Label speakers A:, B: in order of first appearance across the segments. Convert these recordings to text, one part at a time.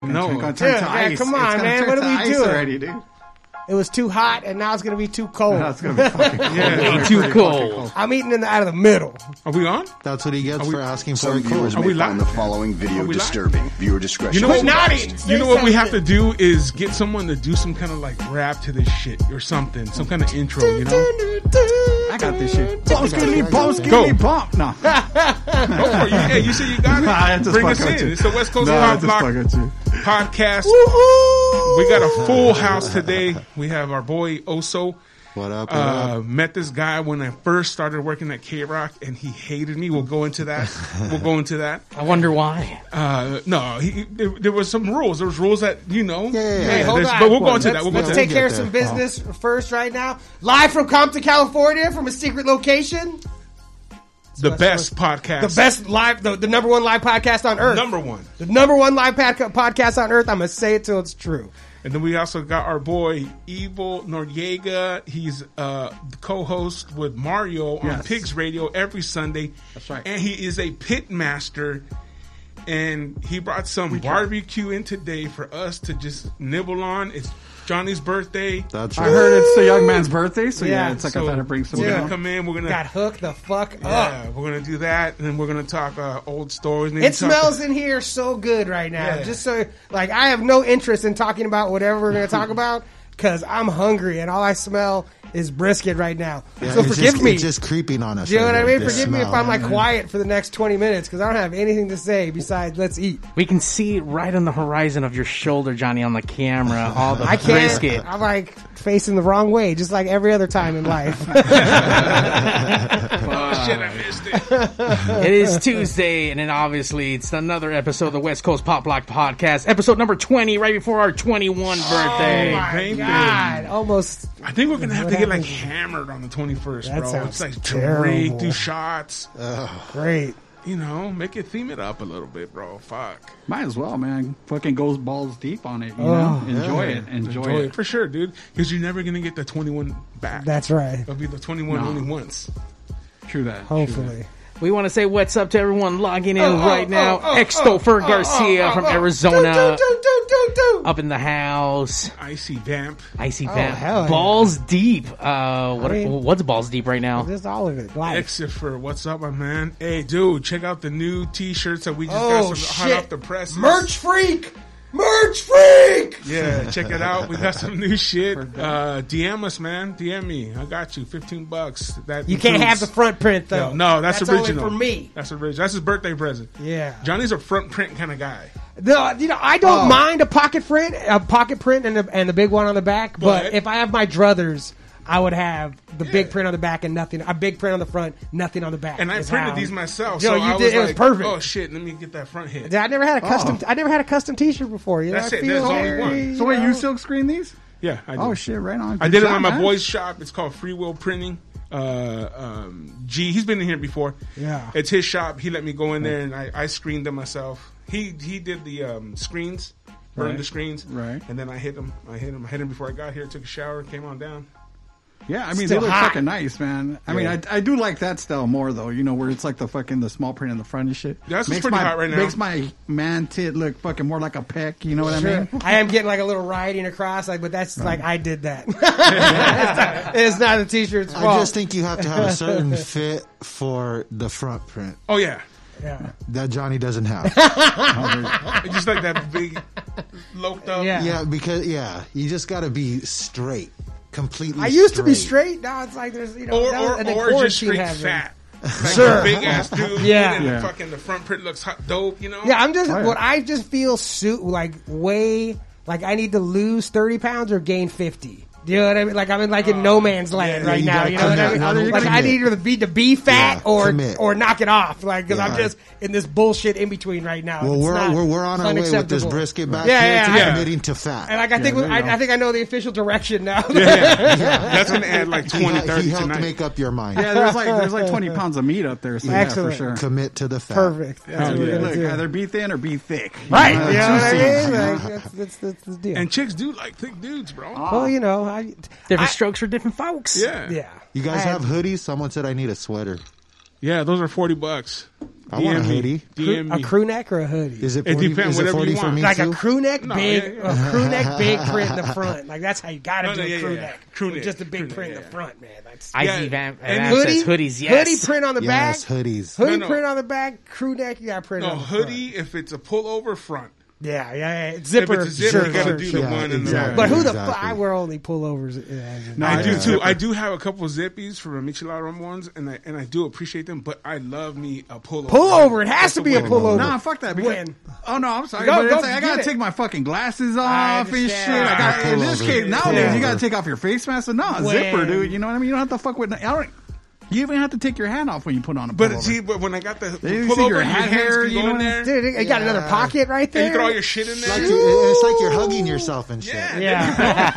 A: Gotta
B: No.
A: turn- gotta turn
B: Yeah,
A: to
B: man,
A: ice.
B: come
A: It's
B: on,
A: gotta
B: man.
A: turn
B: What
A: to
B: are we
A: ice
B: doing?
A: already, dude?
B: It was too hot, and now it's gonna be too cold.
A: That's gonna be fucking cold.
B: Yeah.
A: It's
C: Too
A: pretty
C: cold.
A: fucking cold.
B: I'm eating in the, out of the middle.
C: Are we on?
D: That's what he gets
C: Are we-
D: for asking for
E: Some
D: a call.
E: viewers
C: Are
E: may
C: we live?
E: find the following
C: Are
E: video
C: we live?
E: disturbing. Viewer discretion.
C: You know
E: is
C: what?
B: Quit nodding.
E: advised.
B: Say
C: You know what we have to
B: something.
C: do is get someone to do some kind of like rap to this shit or something, some kind of intro. You know?
A: I got this shit.
D: Bump, skinny bump,
C: skinny
A: bump. No.
C: Go for it. You- Hey, Oh, you said you got it.
A: Nah, that's just
C: Bring us
A: fucking with
C: in.
A: you.
C: It's the West Coast
A: Nah,
C: Hot
A: that's just
C: Block
A: fucking with you.
C: podcast. We got a full house today. We have our boy Oso.
D: What up? What
C: Uh, met this guy when I first started working at K Rock, and he hated me. We'll go into that. we'll go into that.
F: I wonder why.
C: Uh, no, he, there, there was some rules. There was rules that you know.
D: yeah, yeah.
B: Hey, hold
C: there's-
B: on.
C: But we'll go into
B: Let's-
C: that. We'll go
B: let's
C: into
B: take
C: that.
B: care of
D: We'll
B: some
D: get there.
B: business first right now. Live from Compton, California, from a secret location.
C: the best podcast.
B: The best live, the, the number one live podcast on earth.
C: number one.
B: the number one live podca- podcast on earth. I'm gonna say it till it's true.
C: And then we also got our boy Evil Noriega. He's uh, co-host with Mario on
A: Yes.
C: Pigs Radio every Sunday.
A: That's right.
C: And he is a pit master. And he brought some barbecue in today for us to just nibble on. It's Johnny's birthday.
D: That's
A: I
D: right.
A: heard it's the young man's birthday, so yeah,
B: Yeah,
A: it's like
C: So
A: I thought I'd bring some
C: We're
A: down.
C: gonna come in. We're gonna
B: Got hooked the fuck up.
C: yeah, we're gonna do that, and then we're gonna talk uh, old stories. and then
B: It
C: talk-
B: smells in here so good right now.
C: Yeah.
B: Just so, like, I have no interest in talking about whatever we're gonna talk about because I'm hungry and all I smell is brisket right now.
D: Yeah,
B: so
D: it's
B: forgive
D: just,
B: me.
D: It's just creeping on us.
B: Do you know
D: right
B: what I
D: now,
B: mean?
D: this
B: Forgive me if
D: smell. Mm.
B: I'm like quiet for the next 20 minutes because I don't have anything to say besides let's eat.
F: We can see it right on the horizon of your shoulder, Johnny, on the camera. All the
B: I can't.
F: brisket.
B: I'm like facing the wrong way, just like every other time in life.
C: Oh, shit, I missed it.
F: It is Tuesday, and then obviously it's another episode of the West Coast Pop Block Podcast, episode number 20, right before our 21
B: Oh
F: birthday.
C: Thank you.
B: God, almost.
C: I think we're gonna have to get like
B: happened?
C: hammered on the twenty first,
B: That
C: bro.
B: sounds
C: it's like
B: terrible.
C: drink, do shots,
B: Great.
C: you know, make it theme it up a little bit, bro. Fuck,
A: Might as well, man. Fucking goes balls deep on it. You know, enjoy it. Enjoy,
B: Oh,
C: Enjoy
A: it.
C: for sure, dude. Because you're never gonna get the twenty one back.
B: That's right.
C: It'll be the twenty one
A: No.
C: only once.
A: True that. true
B: Hopefully.
F: We want to say what's up to everyone logging in
B: Oh,
F: right
B: oh,
F: now.
B: oh, oh,
F: Extofer
B: oh, oh,
F: Garcia
B: oh, oh,
F: from
B: oh.
F: Arizona
B: Do, do, do, do, do, do.
F: up in the house.
C: Icy damp.
F: Icy Pat.
B: hell yeah.
F: balls deep. Uh, what,
B: I mean-
F: what's balls deep right now?
B: Just all of it. Life.
C: Exifer, what's up, my man? Hey, dude, check out the new T-shirts that we just
B: Oh,
C: got some
B: shit.
C: hot off the presses.
B: Merch freak! Merch freak!
C: Yeah, check it out. We got some new shit. Uh, DM us, man. DM me. I got you. Fifteen bucks. That
B: You can't have the front print, though.
C: No, no, that's, original
B: only for me.
C: That's original. That's his birthday present.
B: Yeah.
C: Johnny's a front print kind of guy.
B: The, you know, I
C: Oh.
B: don't mind a pocket print, a pocket print, and the, and the big one on the back. But,
C: But-
B: if I have my druthers, I would have the big print on the back and nothing. A big print on the front, nothing on the back.
C: And I
B: is
C: printed
B: how-
C: these myself.
B: Yo,
C: so
B: you
C: I
B: did.
C: was
B: it was
C: like,
B: perfect.
C: Oh shit! Let me get that front hit.
B: Dude, I never had a custom. I never had a custom T-shirt before. You know,
C: That's
B: I
C: it.
B: feel
C: That's all we
B: very-
C: want.
A: So wait, you silk screen these?
C: yeah. I did.
A: Oh shit! Right on.
C: I
A: Good
C: did it
A: job,
C: at my
A: man.
C: boy's shop. It's called Free Will Printing. Uh, um, G, he's been in here before.
B: Yeah.
C: It's his shop. He let me go in there, and I, I screened them myself. He he did the um, screens, burned
A: Right.
C: the screens,
A: Right.
C: And then I hit him. I hit him. I hit him before I got here. Took a shower. Came on down.
A: Yeah, I mean
B: Still
A: they look
B: hot.
A: fucking nice, man. I mean, I, I do like that style more though. You know, where it's like the fucking the small print in the front and shit.
C: Yeah, this is
A: makes
C: pretty
A: my,
C: hot right now.
A: Makes my man tit look fucking more like a peck. You know what I mean?
B: Sure. I am getting like a little rioting across, like, but that's like I did that. it's, not, it's not the T-shirt's fault.
D: I just think you have to have a certain fit for the front print
C: Oh yeah.
B: yeah.
D: that Johnny doesn't have.
C: It's just like that big loped up.
B: Yeah.
D: yeah, because yeah, you just got to be straight, completely.
B: I used to be
D: straight.
B: straight. Now it's like there's you know,
C: Oh, Or
B: that was- and
C: or,
B: then
C: or just
B: quarantine
C: straight
B: happened.
C: fat. Like
B: Sure.
C: a big ass dude.
B: Yeah.
C: And
A: Yeah.
C: the fucking the front print looks hot dope, you know?
B: Yeah, I'm just
A: Oh, yeah.
B: what I just feel suit like way like I need to lose thirty pounds or gain fifty. Do you know what I mean? Like I'm in like
C: Oh.
B: in no man's land
C: yeah,
B: right
D: you
B: now.
D: gotta
B: You know what I
D: commit.
B: mean?
D: No, no,
B: like I
D: commit.
B: need either to be to be fat
D: Yeah,
B: or
D: commit.
B: or knock it off. Like because I'm
D: Yeah.
B: just in this bullshit in between right now.
D: Well,
B: It's
D: we're,
B: not-
D: we're we're on
B: it's
D: our way with this
B: unacceptable.
D: brisket back
B: Yeah,
D: here
B: yeah,
D: to
C: yeah.
D: committing to fat.
B: And like I think
A: there you go.
B: I, I think I know the official direction now.
C: That's gonna add like 20,
D: he, he
C: 30
D: helped
C: tonight.
D: make up your mind.
A: Yeah, there's like there's like 20 pounds of meat up there. So yeah, for
B: Excellent.
A: sure.
D: Commit to the fat.
B: Perfect. That's
A: Yeah,
B: what we're
A: look,
B: gonna do.
A: either be thin or be thick. You
B: Right. You
A: know,
B: know
A: that's
B: what I
A: two
B: mean?
A: things, you know?
B: Like, that's, that's, that's the deal.
C: And chicks do like thick dudes, bro.
B: well, you know, I,
F: Different strokes for different folks.
C: yeah.
B: yeah.
D: You guys
B: I-
D: have hoodies. Someone said I need a sweater.
C: Yeah, those are 40 bucks.
D: I want a
C: DM me.
D: hoodie.
C: DM
B: a
C: me.
B: crew neck or a hoodie?
D: Is it
C: It
D: 40,
C: depends,
D: is it
C: whatever
D: 40
C: you
D: for
C: want.
D: me
B: like
D: too?
B: a crew neck
C: No,
B: big,
C: yeah, yeah.
B: a crew neck big print in the front. Like that's how you got to
C: No,
B: do
C: no,
B: a
C: yeah,
B: crew
C: yeah.
B: neck.
C: Crew
B: With
C: neck,
B: just a
C: crew
B: big
C: neck,
B: print in
C: yeah.
B: the front, man. That's
F: I
C: Yeah,
F: see Van,
C: and
F: Van says hoodies, yes.
B: hoodie print on the
D: Yes,
B: back,
D: hoodies.
B: hoodie
C: No, no.
B: print on the back, crew neck. You got print
C: No
B: on the
C: hoodie
B: front.
C: if it's a pullover front.
B: Yeah, yeah, yeah. Zipper,
C: if it's a zipper,
B: sure,
C: you gotta
B: sure,
C: do
B: sure.
C: the
D: Yeah,
C: one in
D: exactly.
C: the
B: But who the
D: Exactly.
B: fuck? I wear only pullovers. uh,
A: No,
C: I do
A: yeah.
C: too. I do have a couple zippies for Michelin ones, and I and I do appreciate them. But I love me a pullover.
B: Pullover. It has
C: That's
B: to
C: the
B: be a
C: way-
B: pullover.
A: Nah, fuck that. Because,
B: When?
A: Oh no, I'm sorry.
B: Go-
A: but it's
B: go
A: like, I
B: get
A: gotta
B: it.
A: take my fucking glasses
B: I
A: off and shit.
B: understand.
A: I got
D: Ah,
A: in this
D: pullover.
A: case nowadays you
B: Pullover.
A: gotta take off your face mask. But nah,
B: When?
A: zipper, dude. You know what I mean? You don't have to fuck with. I don't. You even have to take your hat off when you put on a.
C: But
A: pullover.
C: see, but when I got the, the
A: you
C: pullover,
A: see your
C: and
A: hat
C: hands
A: hair,
C: can
A: you
C: go
A: know
C: in
A: what I mean?
C: there,
B: Dude, it it got another pocket right there.
C: and you throw all your shit in
D: Like
C: there.
D: you- it's like you're hugging yourself and shit.
C: Yeah,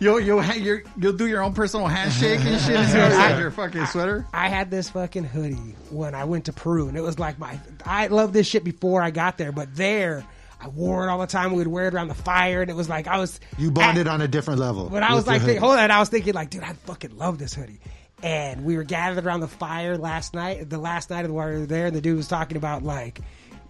A: You'll you'll ha- you're, you'll do your own personal handshake and shit inside your fucking sweater.
B: I had this fucking hoodie when I went to Peru, and it was like my. I loved this shit before I got there, but there I wore it all the time. We would wear it around the fire, and it was like I was.
D: You bonded on a different level.
B: But I was
D: with your
B: like, think,
D: hoodie.
B: hold on, I was thinking like, dude, I fucking love this hoodie. And we were gathered around the fire last night, the last night of the we were there, and the dude was talking about like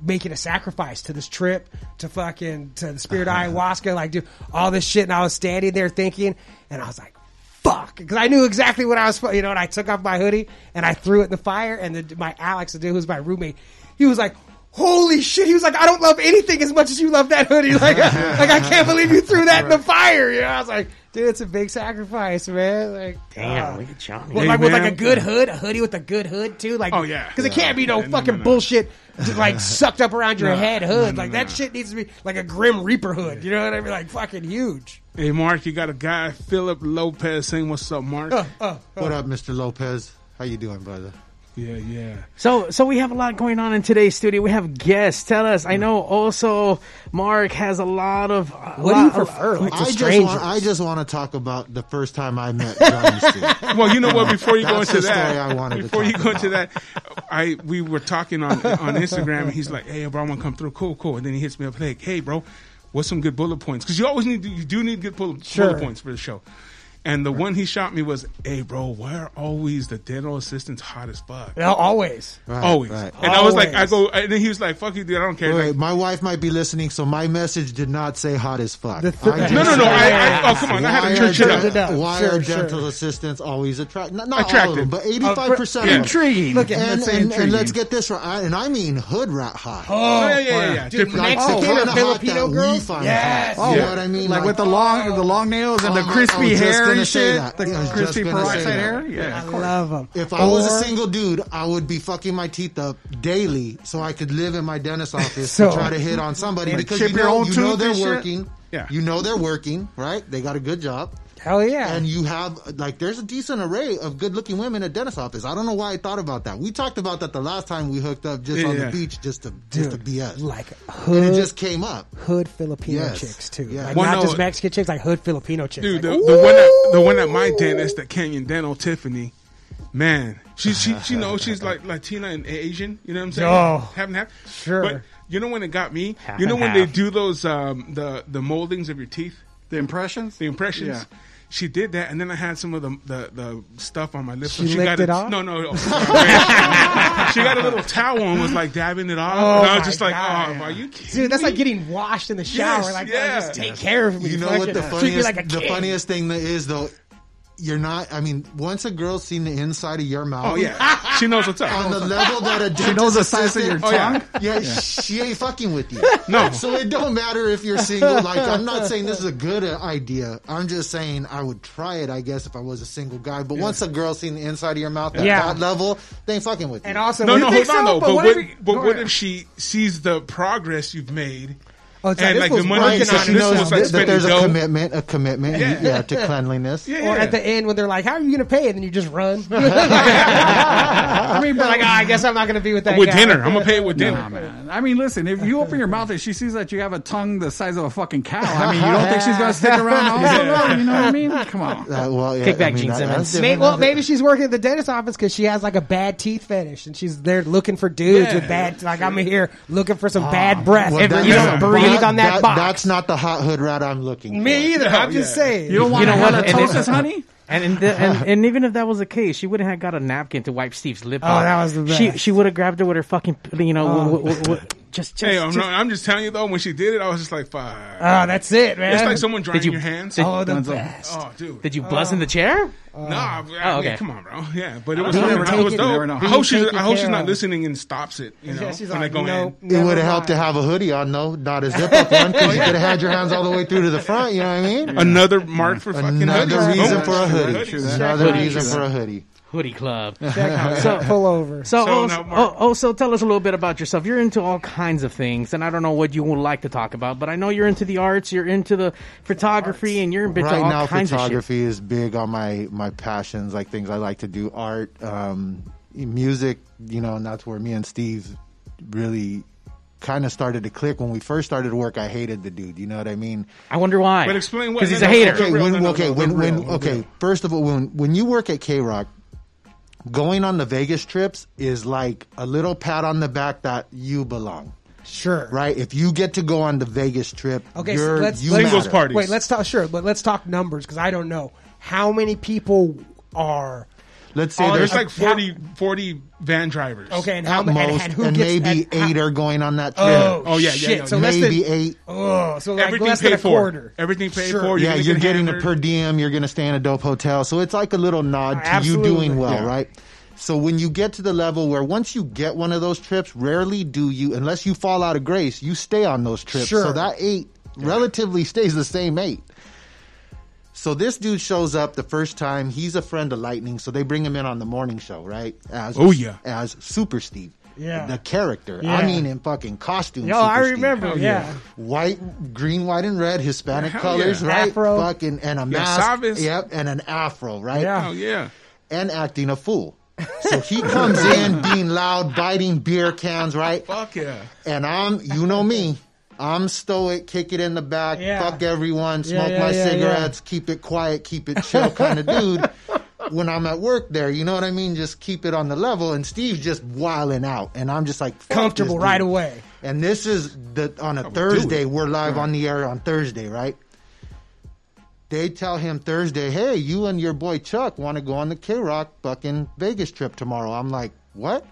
B: making a sacrifice to this trip to fucking to the spirit of ayahuasca, like do all this shit. And I was standing there thinking, and I was like, fuck, because I knew exactly what I was, fu- you know. And I took off my hoodie and I threw it in the fire. And the, my Alex, the dude who's my roommate, he was like. Holy shit! He was like, "I don't love anything as much as you love that hoodie." Like, like I can't believe you threw that in the fire. You know, I was like, "Dude, it's a big sacrifice, man." Like,
F: Damn,
B: uh,
F: look at Johnny.
B: well,
C: Hey,
B: like with like
C: man.
B: a good hood, a hoodie with a good hood too. Like,
C: Oh, yeah.
B: because it can't be no
C: Yeah, no,
B: fucking
C: no, no.
B: bullshit just, like sucked up around your
C: No,
B: head hood.
C: no, no,
B: like
C: no.
B: that shit needs to be like a Grim Reaper hood. You know what I mean? Like fucking huge.
C: Hey, Mark, you got a guy, Philip Lopez, saying what's up, Mark.
B: Uh, uh, uh.
D: What up, Mr. Lopez? How you doing, brother?
C: Yeah, yeah.
F: So, so we have a lot going on in today's studio. We have guests. Tell us.
B: Mm.
F: I know. Also, Mark has a lot of. a
B: What do you
F: lot-
B: prefer? Like
D: I
B: the
D: just,
B: strangers?
D: want, I just want to talk about the first time I met Johnny Stewart.
C: Well, you know what? Before you go
D: That's
C: into
D: the
C: that,
D: story I wanted to
C: before you
D: talk
C: go into that, I we were talking on on Instagram, and he's like, "Hey, bro, I'm gonna come through. Cool, cool." And then he hits me up like, "Hey, bro, what's some good bullet points? Because you always need to, you do need good bullet,
B: Sure.
C: bullet points for the show." And the one he shot me was, "Hey, bro, why are always the dental assistants hot as fuck?
B: No, always.
D: Right,
C: always."
D: right.
C: And I was like, "I
B: Always.
C: go," and then he was like, "Fuck you, dude. I don't care."
D: Wait,
C: Like,
D: my wife might be listening, so my message did not say hot as fuck.
B: The thir-
D: I just
C: no, no, no.
D: said-
C: I, I, oh, come on. I had
D: Why
C: to church
D: are
C: it
D: dent-
B: it
C: up.
B: up.
D: Why
B: Sure,
D: are
B: sure.
D: dental assistants always attracted? Not, not all of them,
C: Attracted.
D: but eighty-five percent. of them.
A: Intriguing.
B: Look at
D: And,
B: let's say
D: and,
B: intriguing.
D: and let's get this right, I- and I mean hood rat hot.
C: Oh, yeah, yeah, yeah. yeah.
B: Dude,
C: Different.
B: Mexican
D: the kind
B: or
D: of
B: Filipino
D: hot that
B: girl?
D: We find
B: Yes.
D: Hot. You
C: Yeah.
D: know oh, what I mean?
A: Oh, Like, with the long the long nails and the
D: Oh, I- I was
A: crispy
D: just
A: hair
D: gonna
A: and
D: say
A: shit,
D: that. I
A: the
D: was just
A: crispy
D: gonna say
A: peroxide
D: that.
A: hair. Yeah,
B: I
A: of course.
B: love them.
D: If I was a
B: Or-
D: single dude, I would be fucking my teeth up daily so I could live in my dentist's office
B: So-
D: to try to hit on somebody because
A: chip
D: you
A: your
D: know,
A: own
D: you know
A: tooth
D: they're
A: and shit?
D: working.
C: Yeah.
D: You know they're working, right? They got a good job.
B: hell yeah,
D: And you have like there's a decent array of good looking women at dentist's office. I don't know why I thought about that. We talked about that the last time we hooked up just on
C: Yeah.
D: the beach just to just to BS.
B: like uh,
D: and
B: hood
D: it just came up.
B: hood Filipino
D: Yes.
B: chicks too.
D: Yeah.
B: Like
C: Well,
B: not
C: no.
B: just Mexican chicks, like hood Filipino chicks.
C: Dude, the,
B: Like,
C: the one that the one at my dentist, the Canyon Dental Tiffany, man, she she she knows she's like Latina and Asian. You know what I'm saying?
B: Oh,
C: half and half.
B: sure.
C: But you know when it got me?
F: Half
C: you know
F: and
C: when they
F: half.
C: do those um, the the moldings of your teeth,
A: The impressions.
C: the impressions.
A: Yeah.
C: She did that, and then I had some of the the, the stuff on my lips.
B: She licked
C: got
B: it off?
C: No, no. oh, sorry. she got a little towel and was like dabbing it off.
B: Oh
C: and I
B: my
C: was just like,
B: God.
C: "Oh, are you kidding?"
B: Dude, that's
C: me?
B: like getting washed in the shower.
C: Yes,
B: like,
C: yeah.
B: yeah. just take care of me.
D: You know what
B: Fucking
D: the
B: treat me
D: funniest
B: like a
D: the
B: kid.
D: funniest thing that is though, you're not. I mean, once a girl's seen the inside of your mouth,
C: Oh yeah, she knows what's
D: on
B: Oh,
C: up.
D: the level that a dentist
A: knows the size of your
D: assistant-
A: Oh, yeah.
D: yeah. she ain't fucking with you. No, so it don't matter if you're single. Like, I'm not saying this is a good uh, idea. I'm just saying I would try it, I guess, if I was a single guy. But once a girl's seen the inside of your mouth at
B: Yeah.
D: that level, they ain't fucking with you.
B: And also,
C: No,
B: you
C: no,
B: think
C: hold on
B: so?
C: though. But what,
B: if you-
C: but
B: go
C: what
B: ahead.
C: if she sees the progress you've made?
B: Oh, it's
C: and
B: this
C: like the
B: fool's
C: money you
B: working
D: so
C: said,
B: on
D: she
C: this
B: himself.
D: knows
C: was
D: that,
C: like
D: that there's a
C: spending dough.
D: commitment, a commitment, yeah,
C: Yeah.
D: to cleanliness.
C: Yeah,
B: Or
C: yeah.
B: at the end when they're like, "How are you going to pay?" and then you just run. I mean, but like, "Ah, I guess I'm not going to be with that
C: with
B: guy."
C: dinner. I'm gonna pay it with dinner.
A: Nah, man. I mean, listen. If you open your mouth and she sees that you have a tongue the size of a fucking cow, I mean, you don't think she's gonna stick around all the long? You know what I mean? Come on.
D: Uh, well, yeah,
F: Take back
D: I mean,
F: Gene
D: that-
F: Simmons.
D: that's
B: May,
D: different.
B: well, maybe she's working at the dentist office because she has like a bad teeth fetish, and she's there looking for dudes
C: Yeah.
B: with bad. Like I'm here looking for some bad breath.
D: Ah. Well,
B: Every
D: that-
B: you
C: yeah.
B: know, breathe
D: that- Oh,
B: on that,
D: that-
B: box.
D: That's not the hot hood rat I'm looking for.
B: Me either. I'm
C: Yeah.
B: just saying.
A: You don't want
F: know
A: to
F: what?
A: have a
F: And then-
A: honey?
F: And and, the, and and even if that was the case, she wouldn't have got a napkin to wipe Steve's lip. Oh,
B: that was the best. Oh.
F: She she would have grabbed it with her fucking you know w- w- w- w- just just.
C: Hey, I'm,
F: just-
C: not, I'm just telling you though. When she did it, I was just like, "Fuck!"
B: Oh, that's it, man.
C: it's like someone drying
F: you-
C: your hands.
F: did-
B: oh, the
A: Dunzo.
B: best.
C: Oh, dude.
F: Did you buzz in the chair?
C: nah, I-
F: Oh, okay.
C: come on, bro. Yeah, but it was,
A: know.
C: it
A: You
C: was
A: never know. You
C: dope.
A: never know.
C: I hope she's,
B: Taking
C: I hope she's
B: care
C: not
B: of.
C: listening and stops it. You know,
B: Yeah, she's
C: when
B: like,
C: I go
B: no,
C: in.
D: It
B: never
D: would have helped to
B: mind.
D: have a hoodie on, no, not a zip up one, because you could have had your hands all the way through to the front. You know what I mean?
C: Another mark for fucking
D: Another
C: hoodies.
D: reason
C: Oh,
D: for a
C: true,
D: hoodie.
C: true that.
D: Another
F: Check out.
D: reason for a hoodie.
F: Hoodie club.
B: So pull over.
F: So,
C: So
F: oh,
C: now,
F: so-
C: Mark-
F: oh, oh, so tell us a little bit about yourself. You're into all kinds of things, and I don't know what you would like to talk about, but I know you're into the arts, you're into the photography, and you're into
D: right
F: all
D: now
F: kinds of shit.
D: photography is big on my my passions like things i like to do art um music you know and that's where me and steve really kind of started to click when we first started to work i hated the dude you know what i mean
F: I wonder why.
C: But explain why-
F: because he's a
C: no,
F: hater.
C: okay.
D: okay
C: real,
D: when,
C: no, no,
D: okay
C: no,
D: when,
C: the
D: when
C: real, the
D: okay
C: real.
D: first of all when when you work at k-rock going on the vegas trips is like a little pat on the back that you belong
B: Sure.
D: right if you get to go on the vegas trip
B: Okay,
D: you're,
B: so let's,
D: you
B: let's
C: Singles
D: matter.
C: parties.
B: Wait, let's talk. Sure, but let's talk numbers because I don't know how many people are
D: let's say
B: Oh,
D: there's
C: There's like 40, 40 van drivers.
B: okay, and how
D: at
B: many, and,
D: most,
B: and
D: and,
B: who gets
D: maybe
B: and how-
D: eight are going on that trip.
B: Oh,
C: Oh, yeah, yeah,
B: shit.
C: yeah.
B: So less
D: maybe
B: than,
D: eight.
B: Oh, so like
C: Everything
B: less than
C: paid
B: a
C: for.
B: quarter.
C: Everything paid
B: Sure.
C: for. You're
D: yeah,
C: gonna
D: you're
C: get
D: getting a
C: hammered.
D: per diem. You're going to stay in a dope hotel. So it's like a little nod to you
B: Absolutely.
D: doing well,
B: Yeah.
D: right? So when you get to the level where once you get one of those trips, rarely do you, unless you fall out of grace, you stay on those trips.
B: Sure.
D: So that eight relatively stays the same eight. So this dude shows up the first time. He's a friend of Lightning, so they bring him in on the morning show, right? As
C: Oh, yeah.
D: as Super Steve,
B: Yeah.
D: the character.
B: Yeah.
D: I mean, in fucking costume.
B: Yo, I
D: Super Steve
B: remember.
C: Hell yeah.
B: Oh, yeah.
D: white, green, white, and red, Hispanic
C: Hell
D: colors,
C: yeah.
D: right?
B: Afro.
D: Fucking and a mask.
C: Sabas.
D: Yep, and an afro, right?
B: Yeah.
C: Oh yeah.
D: And acting a fool. So he comes in being loud, biting beer cans, right?
C: Fuck yeah.
D: And I'm, you know me, I'm stoic, kick it in the back,
B: Yeah.
D: fuck everyone,
B: Yeah,
D: smoke
B: yeah,
D: my
B: yeah,
D: cigarettes, keep it quiet, keep it chill kind of dude. When I'm at work there, you know what I mean? Just keep it on the level. And Steve's just wiling out. And I'm just like, fuck this
B: Comfortable
D: dude.
B: right away.
D: And this is the on a
A: Oh,
C: would do
D: Thursday.
C: it.
D: We're live on the air on Thursday, right? They tell him Thursday, hey, you and your boy Chuck want to go on the K Rock fucking Vegas trip tomorrow. I'm like, what?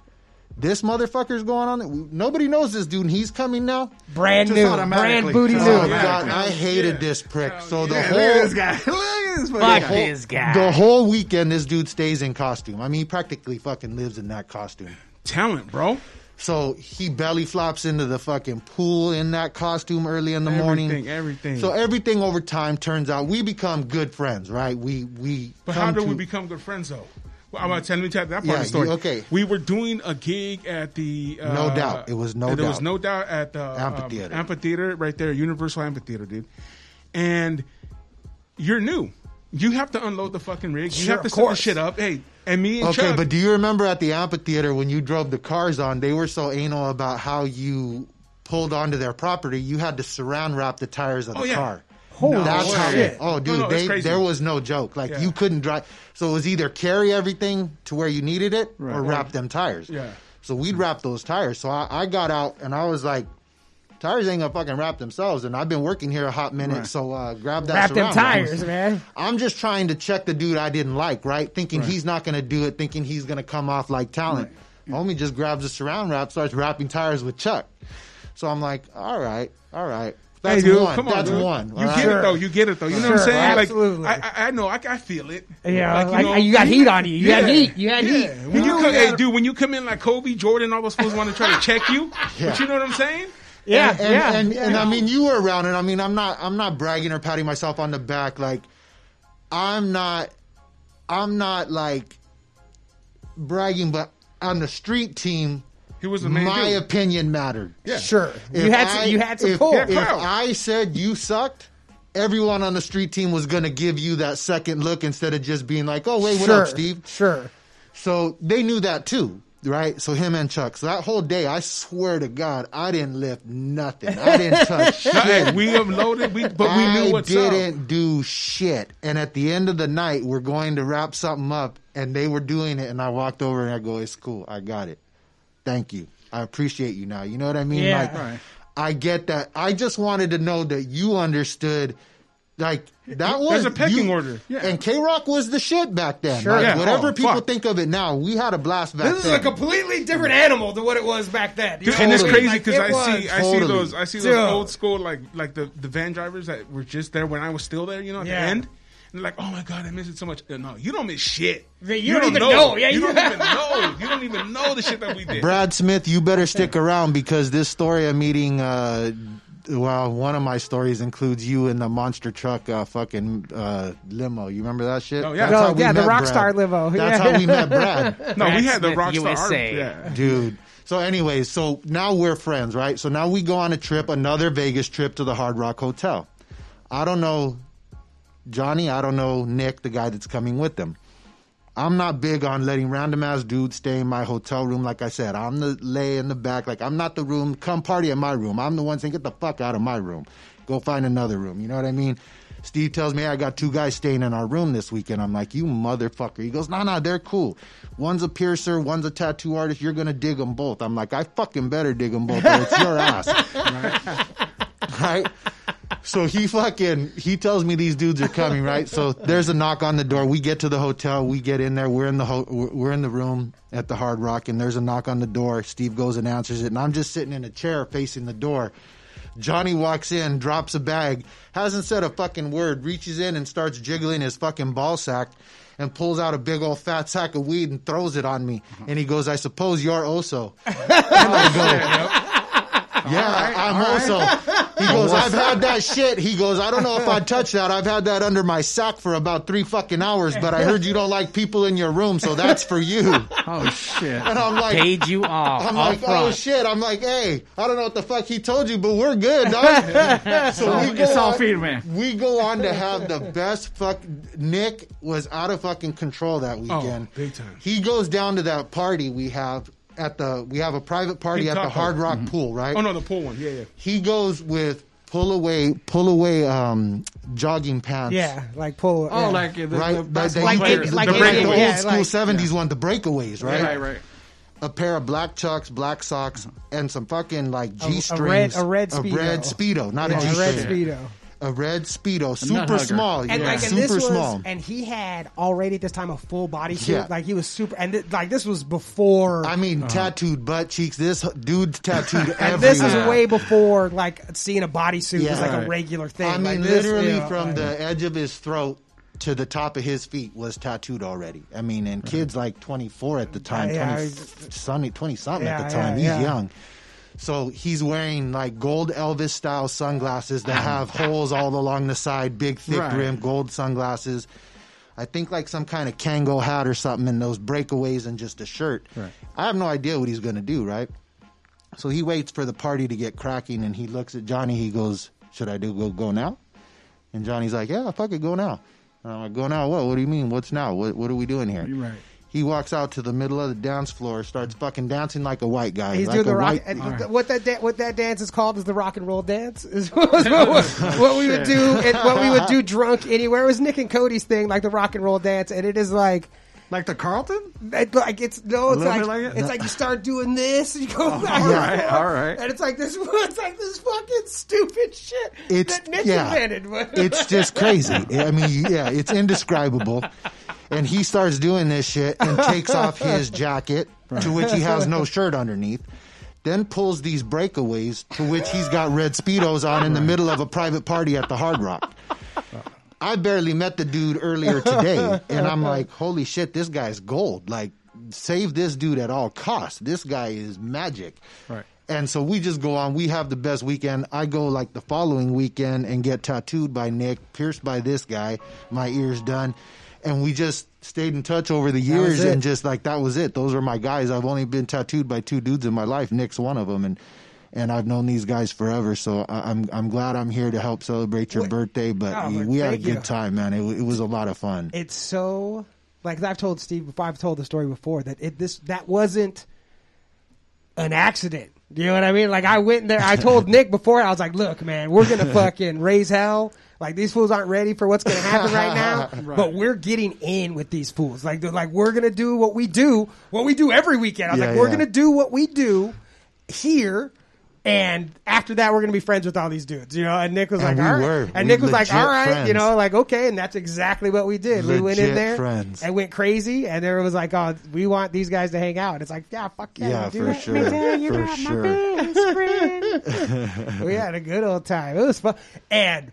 D: This motherfucker's going on. it? Nobody knows this dude, and he's coming now.
B: Brand
A: Just
B: new.
A: automatically.
B: Brand booty
A: Just
B: new.
D: Oh
C: yeah.
D: God,
C: Yeah.
D: I hated this prick. so the
C: yeah.
A: Look at this
D: whole
A: guy. Look at this
F: Fuck
A: fucking guy.
F: this guy.
D: the whole weekend, this dude stays in costume. I mean, he practically fucking lives in that costume.
C: Talent, bro.
D: So he belly flops into the fucking pool in that costume early in the morning.
C: Everything, everything.
D: So everything over time turns out we become good friends, right? We we.
C: But
D: come
C: how do
D: to-
C: we become good friends though? Well, I'm gonna tell, let me tell you that part
D: Yeah,
C: of the
D: you-
C: story.
D: okay.
C: We were doing a gig at the uh,
D: No doubt. It was No
C: There was
D: Doubt.
C: no doubt at the um,
D: Amphitheater.
C: amphitheater right there, Universal Amphitheater, dude. And you're new. You have to unload the fucking rig. you
B: Sure,
C: have to
B: of
C: set the
B: course.
C: shit up. Hey, and me and
D: Okay,
C: Chuck.
D: but do you remember at the amphitheater when you drove the cars on? They were so anal about how you pulled onto their property. You had to surround wrap the tires of
C: Oh,
D: the
C: yeah.
D: car.
B: Holy
D: That's how.
B: shit.
D: They, oh, dude,
C: no, it's
D: they,
C: crazy.
D: there was no joke. Like
C: Yeah.
D: you couldn't drive. So it was either carry everything to where you needed it, or
A: Right.
D: wrap them tires.
C: Yeah.
D: So we'd wrap those tires. So I, I got out and I was like, tires ain't gonna fucking wrap themselves. And I've been working here a hot minute, so uh, grab that.
B: Wrap them
D: surround.
B: tires, man.
D: I'm just trying to check the dude I didn't like, right? Thinking he's not going to do it, thinking he's going to come off like talent. Homie just grabs a surround wrap, starts wrapping tires with Chuck. So I'm like, all right, all right. That's
C: hey, dude,
D: one.
C: Come on,
D: That's
C: dude.
D: one.
C: You
D: all right?
C: get it though. You get it though. You know what I'm
B: Sure,
C: saying?
B: absolutely.
C: Like, I, I, I know. I, I feel it.
B: Yeah, like, you got heat on you. You got heat. You got heat.
C: When you
B: You
C: come, hey,
B: got-
C: dude, when you come in like Kobe, Jordan, all those fools want to try to check you.
D: Yeah.
C: But you know what I'm saying?
B: Yeah,
D: and,
B: yeah.
D: and, and I mean, you were around it. I mean, I'm not, I'm not bragging or patting myself on the back. Like, I'm not, I'm not like bragging, but on the street team,
C: He was the main
D: my
C: dude.
D: opinion mattered.
C: Yeah.
B: sure.
D: If
B: you had to.
D: I-
B: you had to
D: if,
B: pull.
D: If
C: Yeah.
D: I said you sucked, everyone on the street team was going to give you that second look instead of just being like, "Oh, wait, what
B: sure,
D: up, Steve?"
B: Sure.
D: So they knew that too, right? So him and Chuck. So that whole day, I swear to God, I didn't lift nothing. I didn't touch
C: Now,
D: shit.
C: hey, we uploaded, we, but we
D: I
C: knew what's up.
D: didn't do shit. And at the end of the night, we're going to wrap something up, and they were doing it, and I walked over and I go, "It's cool. I got it. Thank you. I appreciate you now. You know what I mean?
B: Yeah.
D: Like,
B: Right.
D: I get that. I just wanted to know that you understood. Like that was
C: There's a pecking
D: you-
C: order. Yeah.
D: and K Rock was the shit back then.
B: Sure.
D: Like,
C: Yeah.
D: Whatever
C: Oh,
D: people
C: fuck.
D: think of it now, we had a blast back
B: This is
D: then.
B: a completely different animal than what it was back then. You know
C: And it's
D: Totally.
C: crazy
B: Like,
C: because
B: it
C: I see
B: was.
C: I see
D: Totally.
C: those I see
B: Dude.
C: those old school like like the, the van drivers that were just there when I was still there, you know, at
B: Yeah.
C: the end. And they're like, oh my god, I miss it so much. Uh, No, you don't miss shit.
B: Yeah, you don't even know. Yeah,
C: you
B: you-
C: don't even know. You don't even know the shit that we did.
D: Brad Smith, you better stick around because this story of meeting, uh, well, one of my stories includes you in the monster truck uh, fucking uh, limo. You remember that shit?
C: Oh, yeah.
D: That's
C: No,
D: how we
B: yeah, the
D: met
B: rock
D: Brad.
B: star limo.
D: That's
B: Yeah.
D: how we met Brad,
C: No, we
F: Brad
C: had the
F: Smith,
C: Rockstar art.
F: USA.
C: Yeah.
D: dude. So, anyways, so now we're friends, right? So now we go on a trip, another Vegas trip to the Hard Rock Hotel. I don't know Johnny. I don't know Nick, the guy that's coming with them. I'm not big on letting random ass dudes stay in my hotel room. Like I said, I'm the lay in the back. Like I'm not the room. Come party in my room. I'm the one saying, get the fuck out of my room. Go find another room. You know what I mean? Steve tells me, hey, I got two guys staying in our room this weekend. I'm like, you motherfucker. He goes, nah, nah, they're cool. One's a piercer, one's a tattoo artist. You're going to dig them both. I'm like, I fucking better dig them both, or it's your ass. right? So he fucking he tells me these dudes are coming, right? So there's a knock on the door. We get to the hotel. We get in there. We're in the ho- we're we're in the room at the Hard Rock, and there's a knock on the door. Steve goes and answers it, and I'm just sitting in a chair facing the door. Johnny walks in, drops a bag, hasn't said a fucking word, reaches in and starts jiggling his fucking ball sack and pulls out a big old fat sack of weed and throws it on me. And he goes, I suppose you're also. Yeah, I'm also. He goes, I've had that shit. He goes, I don't know if I'd touch that. I've had that under my sack for about three fucking hours, but I heard you don't like people in your room, so that's for you. And
A: Oh shit!
D: I'm like,
F: Paid you all.
D: I'm
F: up
D: like, oh
F: front.
D: shit. I'm like, hey, I don't know what the fuck he told you, but we're good, dog. so we go
A: it's all
D: on-
A: feed, man.
D: We go on to have the best fuck. Nick was out of fucking control that weekend.
C: big time.
D: He goes down to that party we have at the. We have a private party
C: Big
D: at the
C: taco.
D: Hard Rock Pool, right?
C: Oh no, the pool one. Yeah, yeah.
D: he goes with pull away, pull away, um, jogging pants.
B: Yeah, like pull.
A: Oh,
B: yeah.
A: like the,
D: Right,
A: the
D: like, they-
A: basketball
B: Like
A: players.
B: it- like
D: the,
B: it-
D: break- the old
B: yeah,
D: school
B: like-
D: '70s one, the breakaways, right?
A: right, right.
D: A pair of black chucks, black socks, and some fucking like
B: a
D: G strings.
B: red- a red Speedo.
D: speedo, not
B: Yeah,
D: a G
B: a red
D: string.
B: speedo.
D: a red speedo,
A: nut
D: super
A: hugger.
D: small,
B: And
D: yeah,
B: like, and this
D: super
B: was,
D: small.
B: and he had already at this time a full body suit.
D: Yeah.
B: Like he was super, and th- like this was before.
D: I mean,
A: Uh-huh.
D: tattooed butt cheeks. This dude's tattooed everywhere.
B: and this is way before like seeing a bodysuit
D: Yeah.
B: was like
D: Right.
B: a regular thing.
D: I mean,
B: Like, this,
D: literally
B: you know,
D: from
B: like-
D: the edge of his throat to the top of his feet was tattooed already. I mean, and kids like 24 at the time,
B: Yeah,
D: 20,
B: I-
D: Sonny, 20 something
B: Yeah,
D: at the time.
B: yeah,
D: He's
B: yeah.
D: young. So he's wearing like gold Elvis style sunglasses that have holes all along the side, big thick
A: Right.
D: rim, gold sunglasses. I think like some kind of Kango hat or something, and those breakaways and just a shirt.
A: Right.
D: I have no idea what he's going to do, right? So he waits for the party to get cracking and he looks at Johnny. He goes, Should I do go go now? And Johnny's like, Yeah, fuck it, go now. And I'm like, Go now? What? What do you mean? What's now? What, what are we doing here?
A: You're right.
D: He walks out to the middle of the dance floor, starts fucking dancing like a white guy.
B: He's
D: like
B: doing
D: a
B: the rock.
D: white-
B: and What that da- what that dance is called is the rock and roll dance. Is what, what- what we would do. And what we would do drunk anywhere It was Nick and Cody's thing, like the rock and roll dance, and it is like.
A: Like the Carlton?
B: It, like it's no, it's
A: little
B: like,
A: bit like it? Oh,
B: it's like you start doing this, and you go back.
A: all
B: and
A: right,
B: forth,
A: all right.
B: and it's like this. It's like this fucking stupid shit
D: It's-
B: that Nick
D: yeah.
B: invented.
D: it's just crazy. I mean, yeah, it's indescribable. And he starts doing this shit and takes off his jacket, to which he has no shirt underneath. Then pulls these breakaways, to which he's got red speedos on in the middle of a private party at the Hard Rock. I barely met the dude earlier today, and I'm like, holy shit, this guy's gold. Like, save this dude at all costs. This guy is magic.
A: Right.
D: And so we just go on. We have the best weekend. I go like the following weekend and get tattooed by Nick, pierced by this guy, my ears done. And we just stayed in touch over the
B: was
D: years
B: it.
D: and just like that was it. Those are my guys. I've only been tattooed by two dudes in my life. Nick's one of them. And and I've known these guys forever, so I, I'm I'm glad I'm here to help celebrate your birthday. But
B: Oh,
D: we,
B: but
D: we had a
B: thank
D: good
B: you.
D: time, man. It, w- it was a lot of fun.
B: it's so like I've told Steve before. I've told the story before that it this that wasn't an accident. You know what I mean? Like I went in there. I told Nick before. I was like, "Look, man, we're gonna fucking raise hell. Like these fools aren't ready for what's gonna happen right now, but we're getting in with these fools. Like they're like we're gonna do what we do, what we do every weekend. I was
D: Yeah,
B: like, we're
D: yeah.
B: gonna do what we do here." And after that, we're gonna be friends with all these dudes, you know. And Nick was like,
D: And we
B: all right.
D: were.
B: and
D: We
B: Nick was like,
D: legit
B: all right, you
D: friends.
B: know, like okay. And that's exactly what we did. we went in
D: Legit
B: there
D: friends.
B: and went crazy, and there was like, oh, we want these guys to hang out. And it's like, yeah, fuck yeah,
D: Yeah,
B: do
D: for
B: that.
D: sure. For sure.
B: we had a good old time. It was fun, and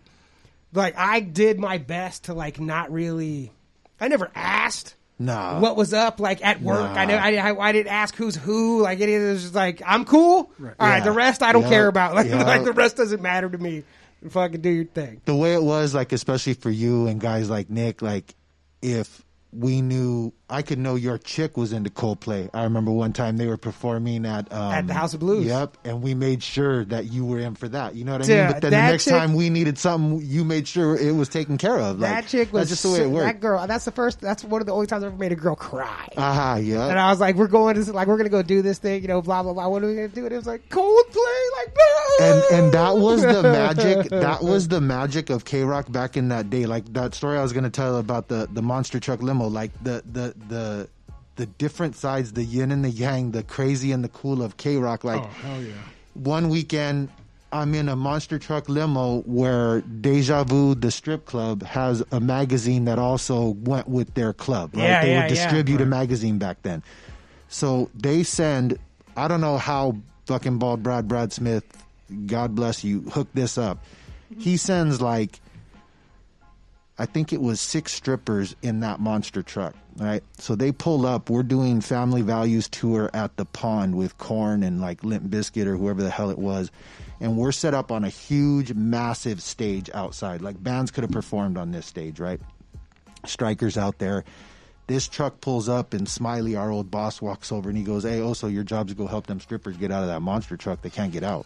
B: like I did my best to like not really. I never asked
D: Nah.
B: what was up. Like at work, I
D: Nah.
B: never. I, I, I didn't ask who's who. Like it is just like I'm cool. All right,
D: Yeah.
B: the rest I don't
D: Yeah.
B: care about. Like,
D: Yeah.
B: like the rest doesn't matter to me. Fucking do your thing.
D: the way it was like especially for you and guys like nick like if we knew i could know your chick was into coldplay i remember one time they were performing at um,
B: At the House of Blues.
D: yep and we made sure that you were in for that you know what i
B: Dude,
D: mean but then the
B: that
D: next
B: chick-
D: time we needed something you made sure it was taken care of like
B: that chick was
D: that's just the way
B: so-
D: it
B: That
D: worked
B: girl. That's the first. That's one of the only times I've ever made a girl cry.
D: aha yeah
B: And I was like, we're going to like we're gonna go do this thing, you know, blah blah blah. What are we gonna do? And it was like Coldplay, like no.
D: and and that was the magic that was the magic of K-Rock back in that day like that story I was going to tell about the the monster truck limo like the the the the different sides the yin and the yang the crazy and the cool of K-Rock like
C: Oh hell yeah!
D: one weekend I'm in a monster truck limo where Deja Vu, the strip club, has a magazine that also went with their club. Right?
B: Yeah,
D: they
B: yeah,
D: would
B: yeah.
D: distribute a magazine back then. So they send, I don't know how fucking bald Brad Brad Smith, God bless you, hooked this up. He sends like I think it was six strippers in that monster truck. Right. So they pull up. We're doing Family Values tour at the pond with Corn and like Limp Biscuit or whoever the hell it was. And we're set up on a huge, massive stage outside. Like bands could have performed on this stage, right? Strikers out there. This truck pulls up and Smiley, our old boss, walks over and he goes, Hey, also, your job's to go help them strippers get out of that monster truck. They can't get out.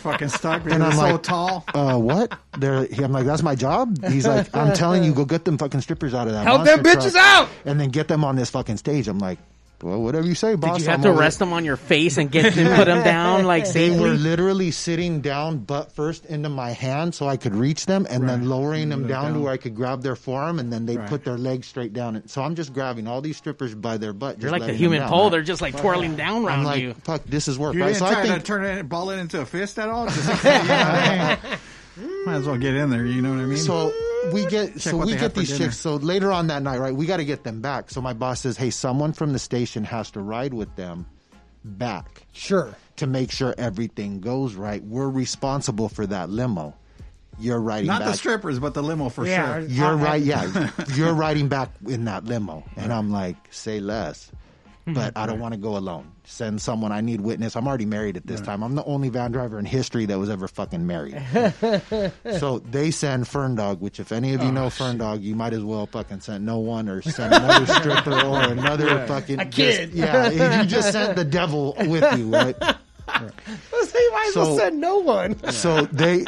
A: fucking stuck.
D: And
A: And
D: I'm
A: so
D: like-
A: tall.
D: uh, what? They're, he, I'm like, that's my job. He's like, I'm telling you, go get them fucking strippers out of that.
B: Help
D: monster
B: them bitches
D: truck
B: out!
D: and then get them on this fucking stage. I'm like, well, whatever you say, boss.
F: Did you have
D: I'm
F: to
D: over-
F: rest them on your face and get them, put them down like
D: They were
F: safely?
D: literally sitting down butt first into my hand so I could reach them, and then lowering them down, to where I could grab their forearm, and then they put their legs straight down. And so I'm just grabbing all these strippers by their butt.
F: You're
D: just
F: like the
D: letting them
F: human
D: down,
F: pole.
D: right?
F: They're just like twirling down
D: I'm
F: around
D: like,
F: you.
D: fuck, this is work.
A: You
D: right?
A: didn't
D: So
A: try
D: I think
A: to turn it, ball it into a fist at all? Just like, yeah, I mean, might as well get in there. You know what I mean?
D: So we get so
A: what
D: we
A: they have
D: get
A: for
D: these
A: dinner.
D: chicks. So later on that night, right, we got to get them back. So my boss says, "Hey, someone from the station has to ride with them back
B: Sure.
D: to make sure everything goes right. We're responsible for that limo. You're riding
A: not
D: back.
A: the strippers, but the limo for
B: Yeah.
A: sure.
D: You're right. Yeah, you're riding back in that limo." And I'm like, "Say less."
B: Hmm.
D: But I don't want to go alone. Send someone. I need witness. I'm already married at this time. I'm the only van driver in history that was ever fucking married. So they send Ferndog, which if any of
B: Oh,
D: you know Ferndog, you might as well fucking send no one or send another stripper or another fucking
B: A
D: just-
B: kid.
D: yeah, you just sent the devil with you, right?
B: So you might as well
D: So-
B: send no one.
D: So they,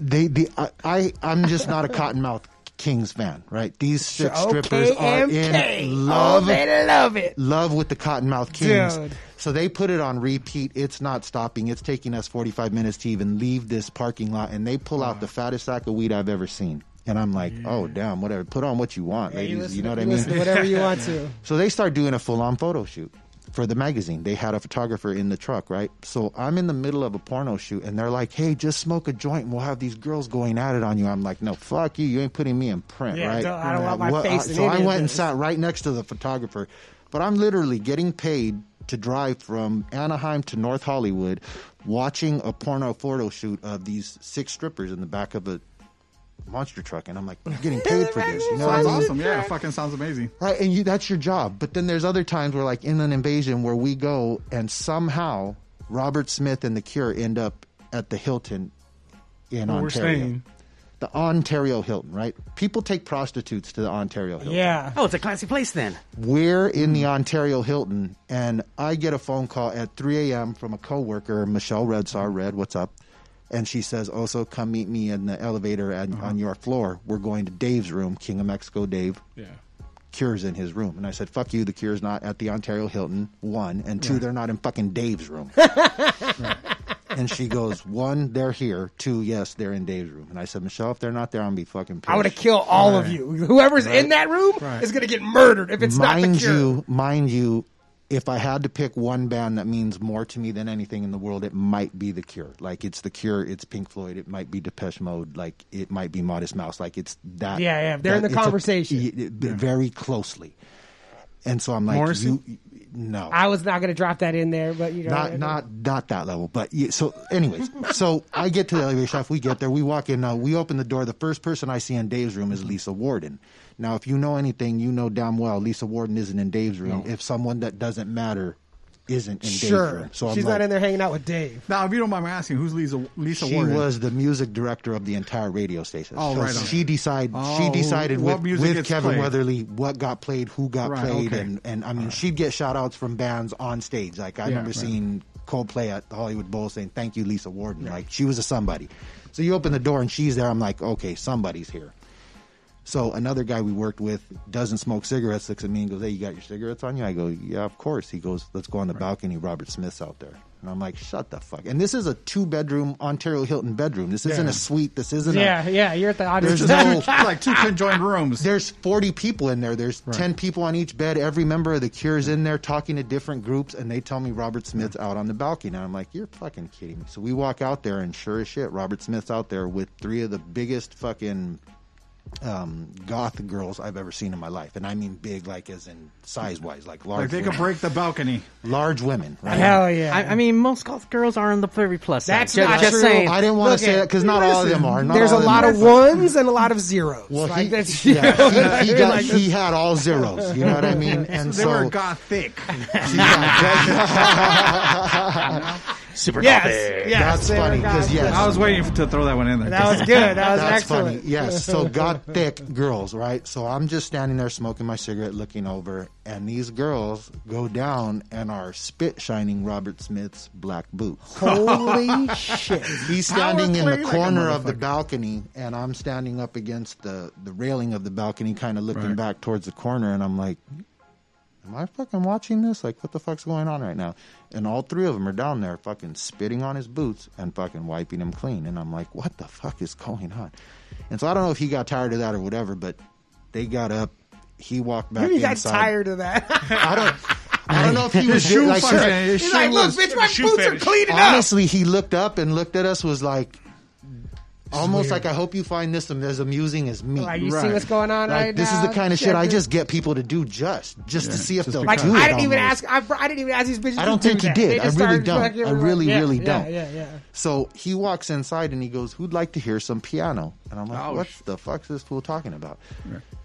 D: they, the I, I, I'm just not a cottonmouth Kings fan, right? These six strippers are
B: KMK.
D: in love
B: Oh, they love it.
D: love with the Cottonmouth Kings.
B: Dude.
D: So they put it on repeat. It's not stopping. It's taking us 45 minutes to even leave this parking lot. And they pull out the fattest sack of weed I've ever seen. And I'm like, oh, damn, whatever. Put on what you want, ladies.
B: You
D: You,
B: listen,
D: know what I
B: you
D: mean?
B: listen to whatever you want to.
D: So they start doing a full on photo shoot for the magazine. They had a photographer in the truck, right? So I'm in the middle of a porno shoot and they're like, hey, just smoke a joint and we'll have these girls going at it on you. I'm like, no, fuck you. You ain't putting me in print,
B: Yeah,
D: right?
B: don't- I don't
D: And
B: want my
D: I'm like,
B: face in
D: So
B: any
D: I
B: of
D: went and
B: this.
D: sat right next to the photographer, but I'm literally getting paid to drive from Anaheim to North Hollywood watching a porno photo shoot of these six strippers in the back of a monster truck and I'm like, I'm getting paid for this. You know what I
A: Sounds
D: mean?
A: awesome. Yeah, fucking sounds amazing.
D: Right, and you, that's your job. But then there's other times where, like in an invasion, where we go and somehow Robert Smith and The Cure end up at the Hilton in
C: Where we're
D: Ontario,
C: staying.
D: the Ontario Hilton. Right, people take prostitutes to the Ontario Hilton.
B: Yeah.
F: Oh, it's a classy place then.
D: We're in the Ontario Hilton, and I get a phone call at 3 a.m. from a coworker, Michelle Redsar.
C: Mm-hmm.
D: Red, what's up? And she says, also come meet me in the elevator and
C: Uh-huh.
D: on your floor. We're going to Dave's room, King of Mexico Dave.
C: Yeah.
D: Cure's in his room. And I said, fuck you, the Cure's not at the Ontario Hilton, one. And two, they're not in fucking Dave's room. And she goes, one, they're here. Two, yes, they're in Dave's room. And I said, Michelle, if they're not there, I'm going to be fucking pissed.
B: I would have killed all of you. Whoever's in that room is going to get murdered if it's not
D: mind
B: the cure.
D: you, mind you, if I had to pick one band that means more to me than anything in the world, it might be The Cure. Like it's The Cure, it's Pink Floyd, it might be Depeche Mode, like it might be Modest Mouse. Like it's that.
B: Yeah, yeah, they're in
D: that-
B: the
D: it's a-
B: conversation.
D: y- y- Very closely. And so I'm like,
C: Morrissey?
D: you, no,
B: I was not going to drop that in there, but you know,
D: not not not that level. But yeah, so, anyways, so I get to the elevator shaft. We get there. We walk in. Uh, we open the door. The first person I see in Dave's room is Lisa Warden. Now, if you know anything, you know damn well Lisa Warden isn't in Dave's room. If someone that doesn't matter isn't in Dave's
B: sure.
D: room, so I'm
B: She's
D: like,
B: not in there hanging out with Dave.
A: Now, if you don't mind me asking, who's Lisa? Lisa
D: She
A: Warden?
D: was the music director of the entire radio station.
A: Oh,
D: so
A: right on.
D: She decided.
A: Oh,
D: she decided
A: what
D: with,
A: music
D: with
A: gets
D: Kevin
A: played.
D: Weatherly what got played, who got
A: Right,
D: played,
A: okay.
D: and and I mean she'd get shout outs from bands on stage. Like I
A: Yeah,
D: remember
A: right.
D: seeing Coldplay at the Hollywood Bowl saying "Thank you, Lisa Warden." Like she was a somebody. So you open the door and she's there. I'm like, okay, somebody's here. So another guy we worked with doesn't smoke cigarettes. Looks at me and goes, "Hey, you got your cigarettes on you?" I go, "Yeah, of course." He goes, "Let's go on the balcony. Robert Smith's out there." And I'm like, "Shut the fuck!" And this is a two bedroom Ontario Hilton bedroom. This isn't a suite. This isn't.
B: Yeah,
D: A,
B: yeah, you're at the audience.
D: There's no-
A: It's like two conjoined rooms.
D: there's 40 people in there. There's 10 people on each bed. Every member of the Cure's in there talking to different groups, and they tell me Robert Smith's out on the balcony. And I'm like, "You're fucking kidding me!" So we walk out there, and sure as shit, Robert Smith's out there with three of the biggest fucking um, goth girls I've ever seen in my life, and I mean big, like as in size wise, like large,
A: like they could
D: women,
A: break the balcony.
D: large women. Right?
B: Hell yeah.
F: I, I mean, most golf girls are on the very plus side.
B: That's
F: Ju- just,
B: not true.
F: saying.
D: I didn't want
B: Look
D: to say
B: at-
D: that because not all of them are. Not
B: There's a
D: all them
B: lot
D: are.
B: of ones and a lot of zeros.
D: Well,
B: like
D: he,
B: that's, you know,
D: yeah, he, he, got,
B: like-
D: he had all zeros. You know what I mean? And
A: They
D: so
A: were gothic.
D: she got-
F: Super
B: yes, yes,
D: that's
B: they were
D: funny because
B: guys.
D: yes,
A: I was waiting to throw that one in there.
B: that was good. That was excellent.
D: Yes. So got thick girls, right? So I'm just standing there smoking my cigarette, looking over, and these girls go down and are spit shining Robert Smith's black boots.
B: Holy shit!
D: He's standing in the
A: play like a
D: corner of the balcony, and I'm standing up against the, the railing of the balcony, kind of looking
A: Right.
D: back towards the corner, and I'm like, Am I fucking watching this? Like, what the fuck's going on right now? And all three of them are down there fucking spitting on his boots and fucking wiping him clean. And I'm like, What the fuck is going on? And so I don't know if he got tired of that or whatever, but they got up. He walked back
B: Maybe he got
D: inside.
B: tired of that.
D: I don't. I don't know if he was
A: shoe
D: like,
A: fucking-
D: sure.
A: his
B: He's
A: shoe
B: like, look,
A: was-
B: bitch, my
C: Shoe
B: boots
C: fetish.
B: are clean enough.
D: honestly, he looked up and looked at us was like, almost like, I hope you find this am- as amusing as me.
B: Like you see
A: Right.
B: what's going on
D: Like,
B: right
D: this
B: now?
D: is the kind of shit I
B: Check
D: just get people to do just, just to see if
A: just
D: they'll
B: Like
D: do it.
B: I didn't even
D: almost.
B: ask. I, I didn't even ask these bitches.
D: I don't
B: to do
D: think you
B: that. They
D: did. I
B: just
D: really
B: started
D: don't.
B: fucking
D: I
B: like,
D: really,
B: yeah,
D: really
B: yeah,
D: don't.
B: Yeah, yeah.
D: So he walks inside and he goes, "Who'd like to hear some piano?" And I'm like,
A: Oh,
D: "What
A: sh-
D: the fuck's this fool talking about?"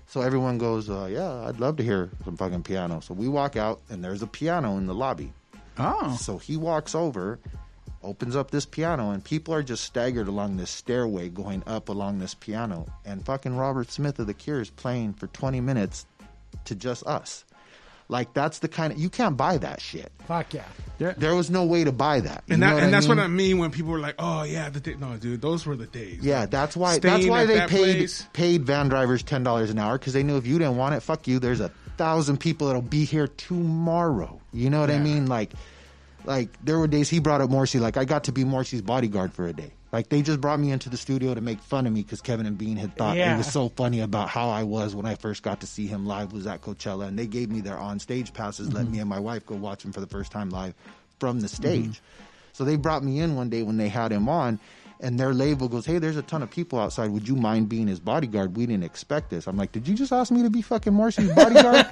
D: So everyone goes, uh, "Yeah, I'd love to hear some fucking piano." So we walk out and there's a piano in the lobby.
A: Oh,
D: So he walks over, opens up this piano, and people are just staggered along this stairway going up along this piano. And fucking Robert Smith of The Cure is playing for 20 minutes to just us. Like, that's the kind of, you can't buy that shit.
B: Fuck yeah.
D: There was no way to buy that. You
C: And,
D: know
C: that,
D: what
C: and that's
D: mean?
C: what I mean when people were like, "Oh yeah, the day. no, dude, those were the days."
D: Yeah, that's why. that's
C: Staying
D: why
C: at
D: they
C: that
D: paid
C: place.
D: paid van drivers ten dollars an hour because they knew if you didn't want it, fuck you. There's a thousand people that'll be here tomorrow. You know what I mean? Like, like there were days he brought up Morrissey. Like I got to be Morrissey's bodyguard for a day. Like they just brought me into the studio to make fun of me because Kevin and Bean had thought
B: Yeah.
D: it was so funny about how I was when I first got to see him live was at Coachella, and they gave me their on stage passes, let me and my wife go watch him for the first time live from the stage. So they brought me in one day when they had him on, and their label goes, "Hey, there's a ton of people outside. Would you mind being his bodyguard? We didn't expect this." I'm like, "Did you just ask me to be fucking Morrissey's bodyguard?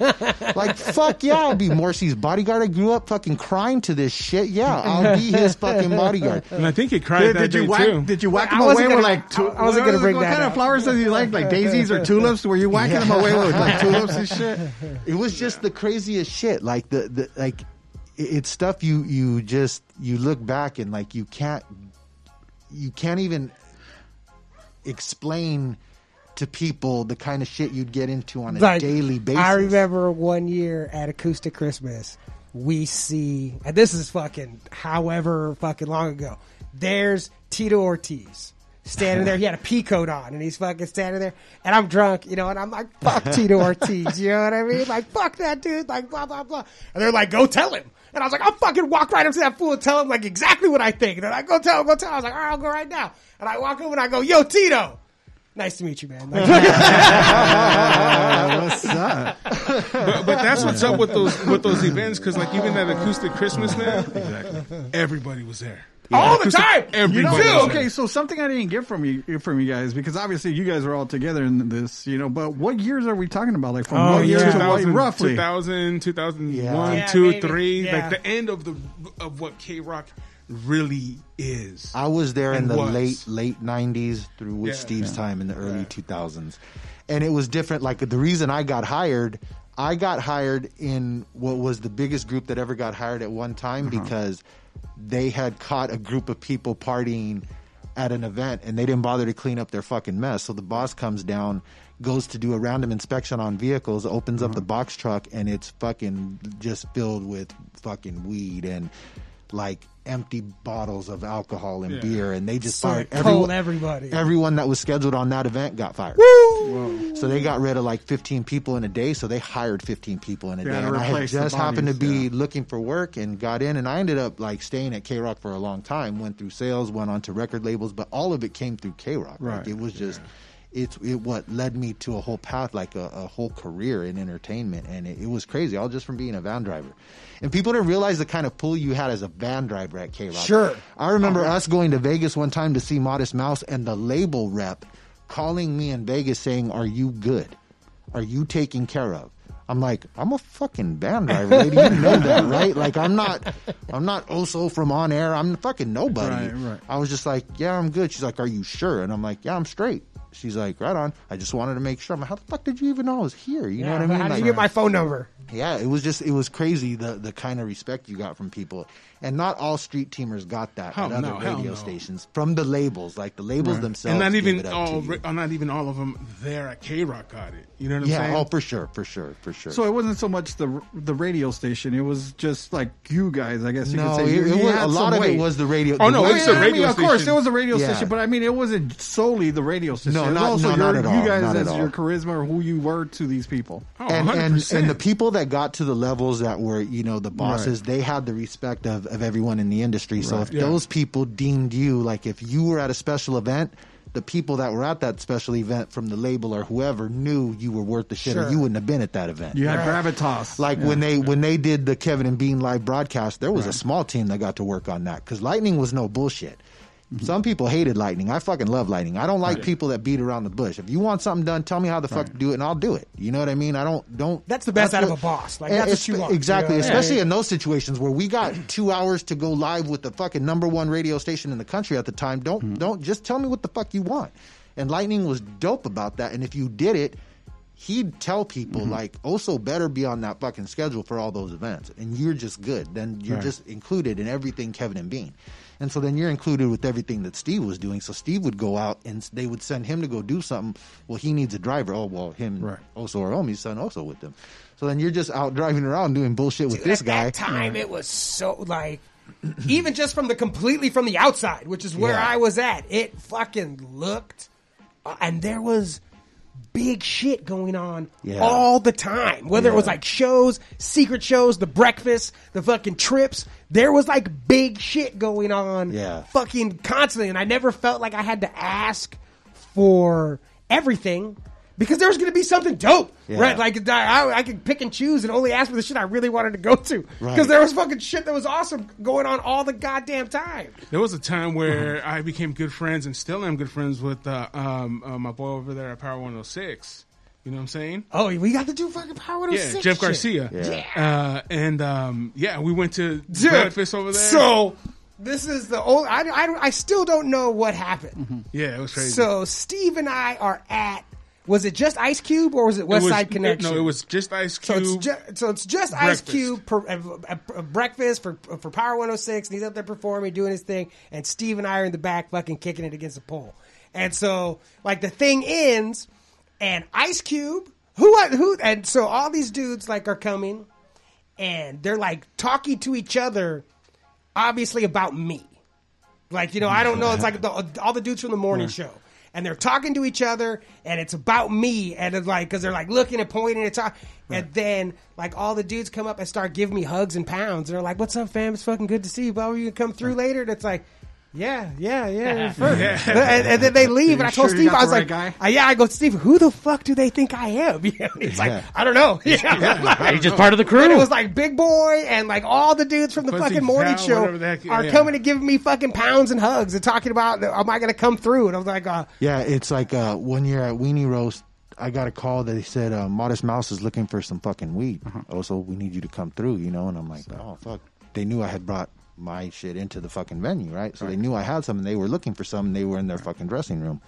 D: like, fuck yeah, I'll be Morrissey's bodyguard. I grew up fucking crying to this shit. Yeah, I'll be his fucking bodyguard."
C: and I think he cried
A: did,
C: that
A: did
C: day
A: you whack?
C: too.
A: Did you whack
B: I
A: them
B: wasn't
A: away with
B: gonna-
A: like? tu-
B: I- I wasn't gonna
A: what-
B: bring
A: What
B: that
A: kind
B: up.
A: of flowers does you like? Like daisies or tulips? Were you whacking them away with like tulips and shit?
D: It was just the craziest shit. Like the, the like, it- it's stuff you you just you look back and like you can't you can't even explain to people the kind of shit you'd get into on a
B: like
D: daily basis.
B: I remember one year at Acoustic Christmas, we see, and this is fucking however fucking long ago. There's Tito Ortiz standing there. He had a pea coat on, and he's fucking standing there. And I'm drunk, you know, and I'm like, "Fuck Tito Ortiz," you know what I mean? Like, "Fuck that dude," like blah blah blah. And they're like, "Go tell him." And I was like, I'll fucking walk right up to that fool and tell him like exactly what I think. And they're like, go tell him, go tell him. I was like, all right, I'll go right now. And I walk over and I go, yo, Tito. nice to meet you, man. Like,
D: Uh, what's up?
C: But, but that's what's up with those with those events because like even that acoustic Christmas now, everybody was there all the time.
A: You know,
C: Everybody. was there.
A: okay, so something I didn't get from you from you guys because obviously you guys are all together in this, you know. But what years are we talking about? Like from
B: Oh,
A: what year
B: yeah.
A: to what,
C: 2000,
A: roughly?
C: 2000, 2001,
D: Yeah.
B: Yeah,
C: 2,
B: maybe.
C: 3,
B: Yeah.
C: like the end of the of what K Rock really is.
D: I was there in
C: And
D: the
C: was.
D: late late '90s through with
C: Yeah.
D: Steve's time in the early 2000s, and it was different. Like the reason I got hired, I got hired in what was the biggest group that ever got hired at one time
C: Uh-huh.
D: because they had caught a group of people partying at an event and they didn't bother to clean up their fucking mess. So the boss comes down, goes to do a random inspection on vehicles, opens
C: Uh-huh.
D: up the box truck, and it's fucking just filled with fucking weed and like empty bottles of alcohol and
C: Yeah.
D: beer. And they just
B: So
D: fired
B: it told everybody.
D: Everyone that was scheduled on that event got fired. So they got rid of like 15 people in a day. So they hired 15 people in a
A: They
D: day.
A: had to
D: And I had
A: replace the
D: just happened to
A: bodies,
D: be
A: yeah.
D: looking for work and got in. And I ended up like staying at K Rock for a long time. Went through sales, went on to record labels, but all of it came through K Rock.
A: Right,
D: Like it was just. It's it what led me to a whole path, like a, a whole career in entertainment, and it, it was crazy, all just from being a van driver. And people didn't realize the kind of pull you had as a van driver at K Rock.
B: Sure.
D: I remember us going to Vegas one time to see Modest Mouse and the label rep calling me in Vegas saying, Are you good? Are you taken care of? I'm like, I'm a fucking van driver, lady. You know that, right? Like I'm not I'm not Oso from on air. I'm fucking nobody.
A: Right, right.
D: I was just like, Yeah, I'm good. She's like, Are you sure? And I'm like, Yeah, I'm straight. She's like, right on. I just wanted to make sure. I'm like, how the fuck did you even know I was here? You know what I
B: but
D: mean?
B: How did
D: Like-
B: you get my phone number?
D: yeah, it was just it was crazy the the kind of respect you got from people, and not all street teamers got that
C: Hell
D: at other
C: no, hell
D: radio
C: no.
D: stations from the labels, like the labels themselves.
C: and not
D: gave
C: even
D: it up
C: all,
D: to you.
C: uh, not even all of them there at K Rock got it. You know what I'm
D: yeah,
C: saying?
D: oh for sure, for sure, for sure.
A: So it wasn't so much the the radio station; it was just like you guys, I guess you
D: no,
A: could say.
D: it,
A: You-
D: it
A: you
D: was,
A: had
D: a lot
A: some
D: of
A: weight.
D: it was the radio.
C: Oh,
D: the
C: no,
D: way-
A: Well,
C: it's a
A: I
C: radio
A: mean, Of course,
C: station.
A: it was a radio
D: Yeah.
A: station, but I mean, it wasn't solely the radio station.
D: No,
A: it was
D: not-
A: also
D: no,
A: your,
D: not at all,
A: you guys
D: not at
A: as
D: all.
A: your charisma or who you were to these people.
C: Oh,
D: and, and
C: 100%.
D: and the people that got to the levels that were you know the bosses they had the respect of, of everyone in the industry so if those people deemed you like if you were at a special event the people that were at that special event from the label or whoever knew you were worth the shit or
B: Sure.
D: you wouldn't have been at that event
A: You had gravitas,
D: like when they when they did the Kevin and Bean live broadcast, there was a small team that got to work on that because lightning was no bullshit.
B: Mm-hmm.
D: Some people hated lightning. I fucking love lightning. I don't like people that beat around the bush. If you want something done, tell me how the fuck to do it, and I'll do it. You know what I mean? I don't don't.
B: That's the best out of
D: what-
B: a boss. Like,
D: And
B: that's what you
D: espe-
B: want, you
D: Exactly,
B: know?
D: especially in those situations where we got two hours to go live with the fucking number one radio station in the country at the time. Don't don't just tell me what the fuck you want. And lightning was dope about that. And if you did it, he'd tell people like also better be on that fucking schedule for all those events and you're just good then you're just included in everything kevin and bean and so then you're included with everything that steve was doing so steve would go out and s- they would send him to go do something well he needs a driver oh well him
A: Right.
D: also or omi's son also with them so then you're just out driving around doing bullshit with this
B: at
D: guy
B: that time it was so like even just from the completely from the outside which is where
D: Yeah.
B: i was at it fucking looked uh, and there was big shit going on
D: Yeah.
B: all the time whether it was
D: Yeah.
B: like shows secret shows the breakfast the fucking trips there was like big shit going on
D: Yeah.
B: fucking constantly and i never felt like i had to ask for everything because there was going to be something dope
D: Yeah.
B: right like I, I- I could pick and choose and only ask for the shit I really wanted to go to because
D: Right.
B: there was fucking shit that was awesome going on all the goddamn time.
C: There was a time where I became good friends and still am good friends with uh, um, uh, my boy over there at Power 106. You know what I'm saying?
B: Oh, we got to do fucking Power 106
C: Yeah, Jeff
B: shit.
C: Garcia.
D: Yeah.
C: Uh, and um, yeah, we went to
B: Dude,
C: breakfast over there.
B: So this is the old. I, I, I still don't know what happened.
C: yeah, it was crazy.
B: So Steve and I are at. Was it just Ice Cube or was it
C: it
B: West
C: was,
B: Side Connection?
C: No, it was just Ice
B: So
C: Cube.
B: it's, ju- so it's just Ice
C: Breakfast.
B: Cube per, uh, uh, uh, breakfast for for Power 106, and he's up there performing, doing his thing, and Steve and I are in the back fucking kicking it against the pole. And so, like, the thing ends, and Ice Cube, who, I- who, and so all these dudes, like, are coming, and they're, like, talking to each other, obviously, about me. Like, you know, I don't know. It's like the, all the dudes from the morning show. And they're talking to each other, and it's about me. And it's like, because they're like looking and pointing and talking. And then, like, all the dudes come up and start giving me hugs and pounds. And they're like, what's up, fam? It's fucking good to see you. Bobby, you can come through later. And it's like, Yeah, yeah, yeah. first. And, and then they leave, and I told
A: sure you
B: Steve,
A: got
B: I was
A: the
B: like,
A: right guy?
B: I, "Yeah." I go, Steve, who the fuck do they think I am? You know, and he's like, "I don't know." Yeah,
F: Are you just part of the crew?
B: And it was like Big Boy and like all the dudes from the
C: Quincy
B: fucking morning
C: Powell,
B: show
C: whatever the heck,
B: are
C: yeah.
B: coming to give me fucking pounds and hugs and talking about, "Am I going to come through?" And I was like, uh,
D: Yeah, it's like uh, one year at Weenie Roast, I got a call that they said uh, Modest Mouse is looking for some fucking weed.
B: Uh-huh.
D: Oh, so we need you to come through, you know? And I'm like, oh fuck. They knew I had brought my shit into the fucking venue, right? So they knew I had some, and they were looking for some, and they were in their fucking dressing room.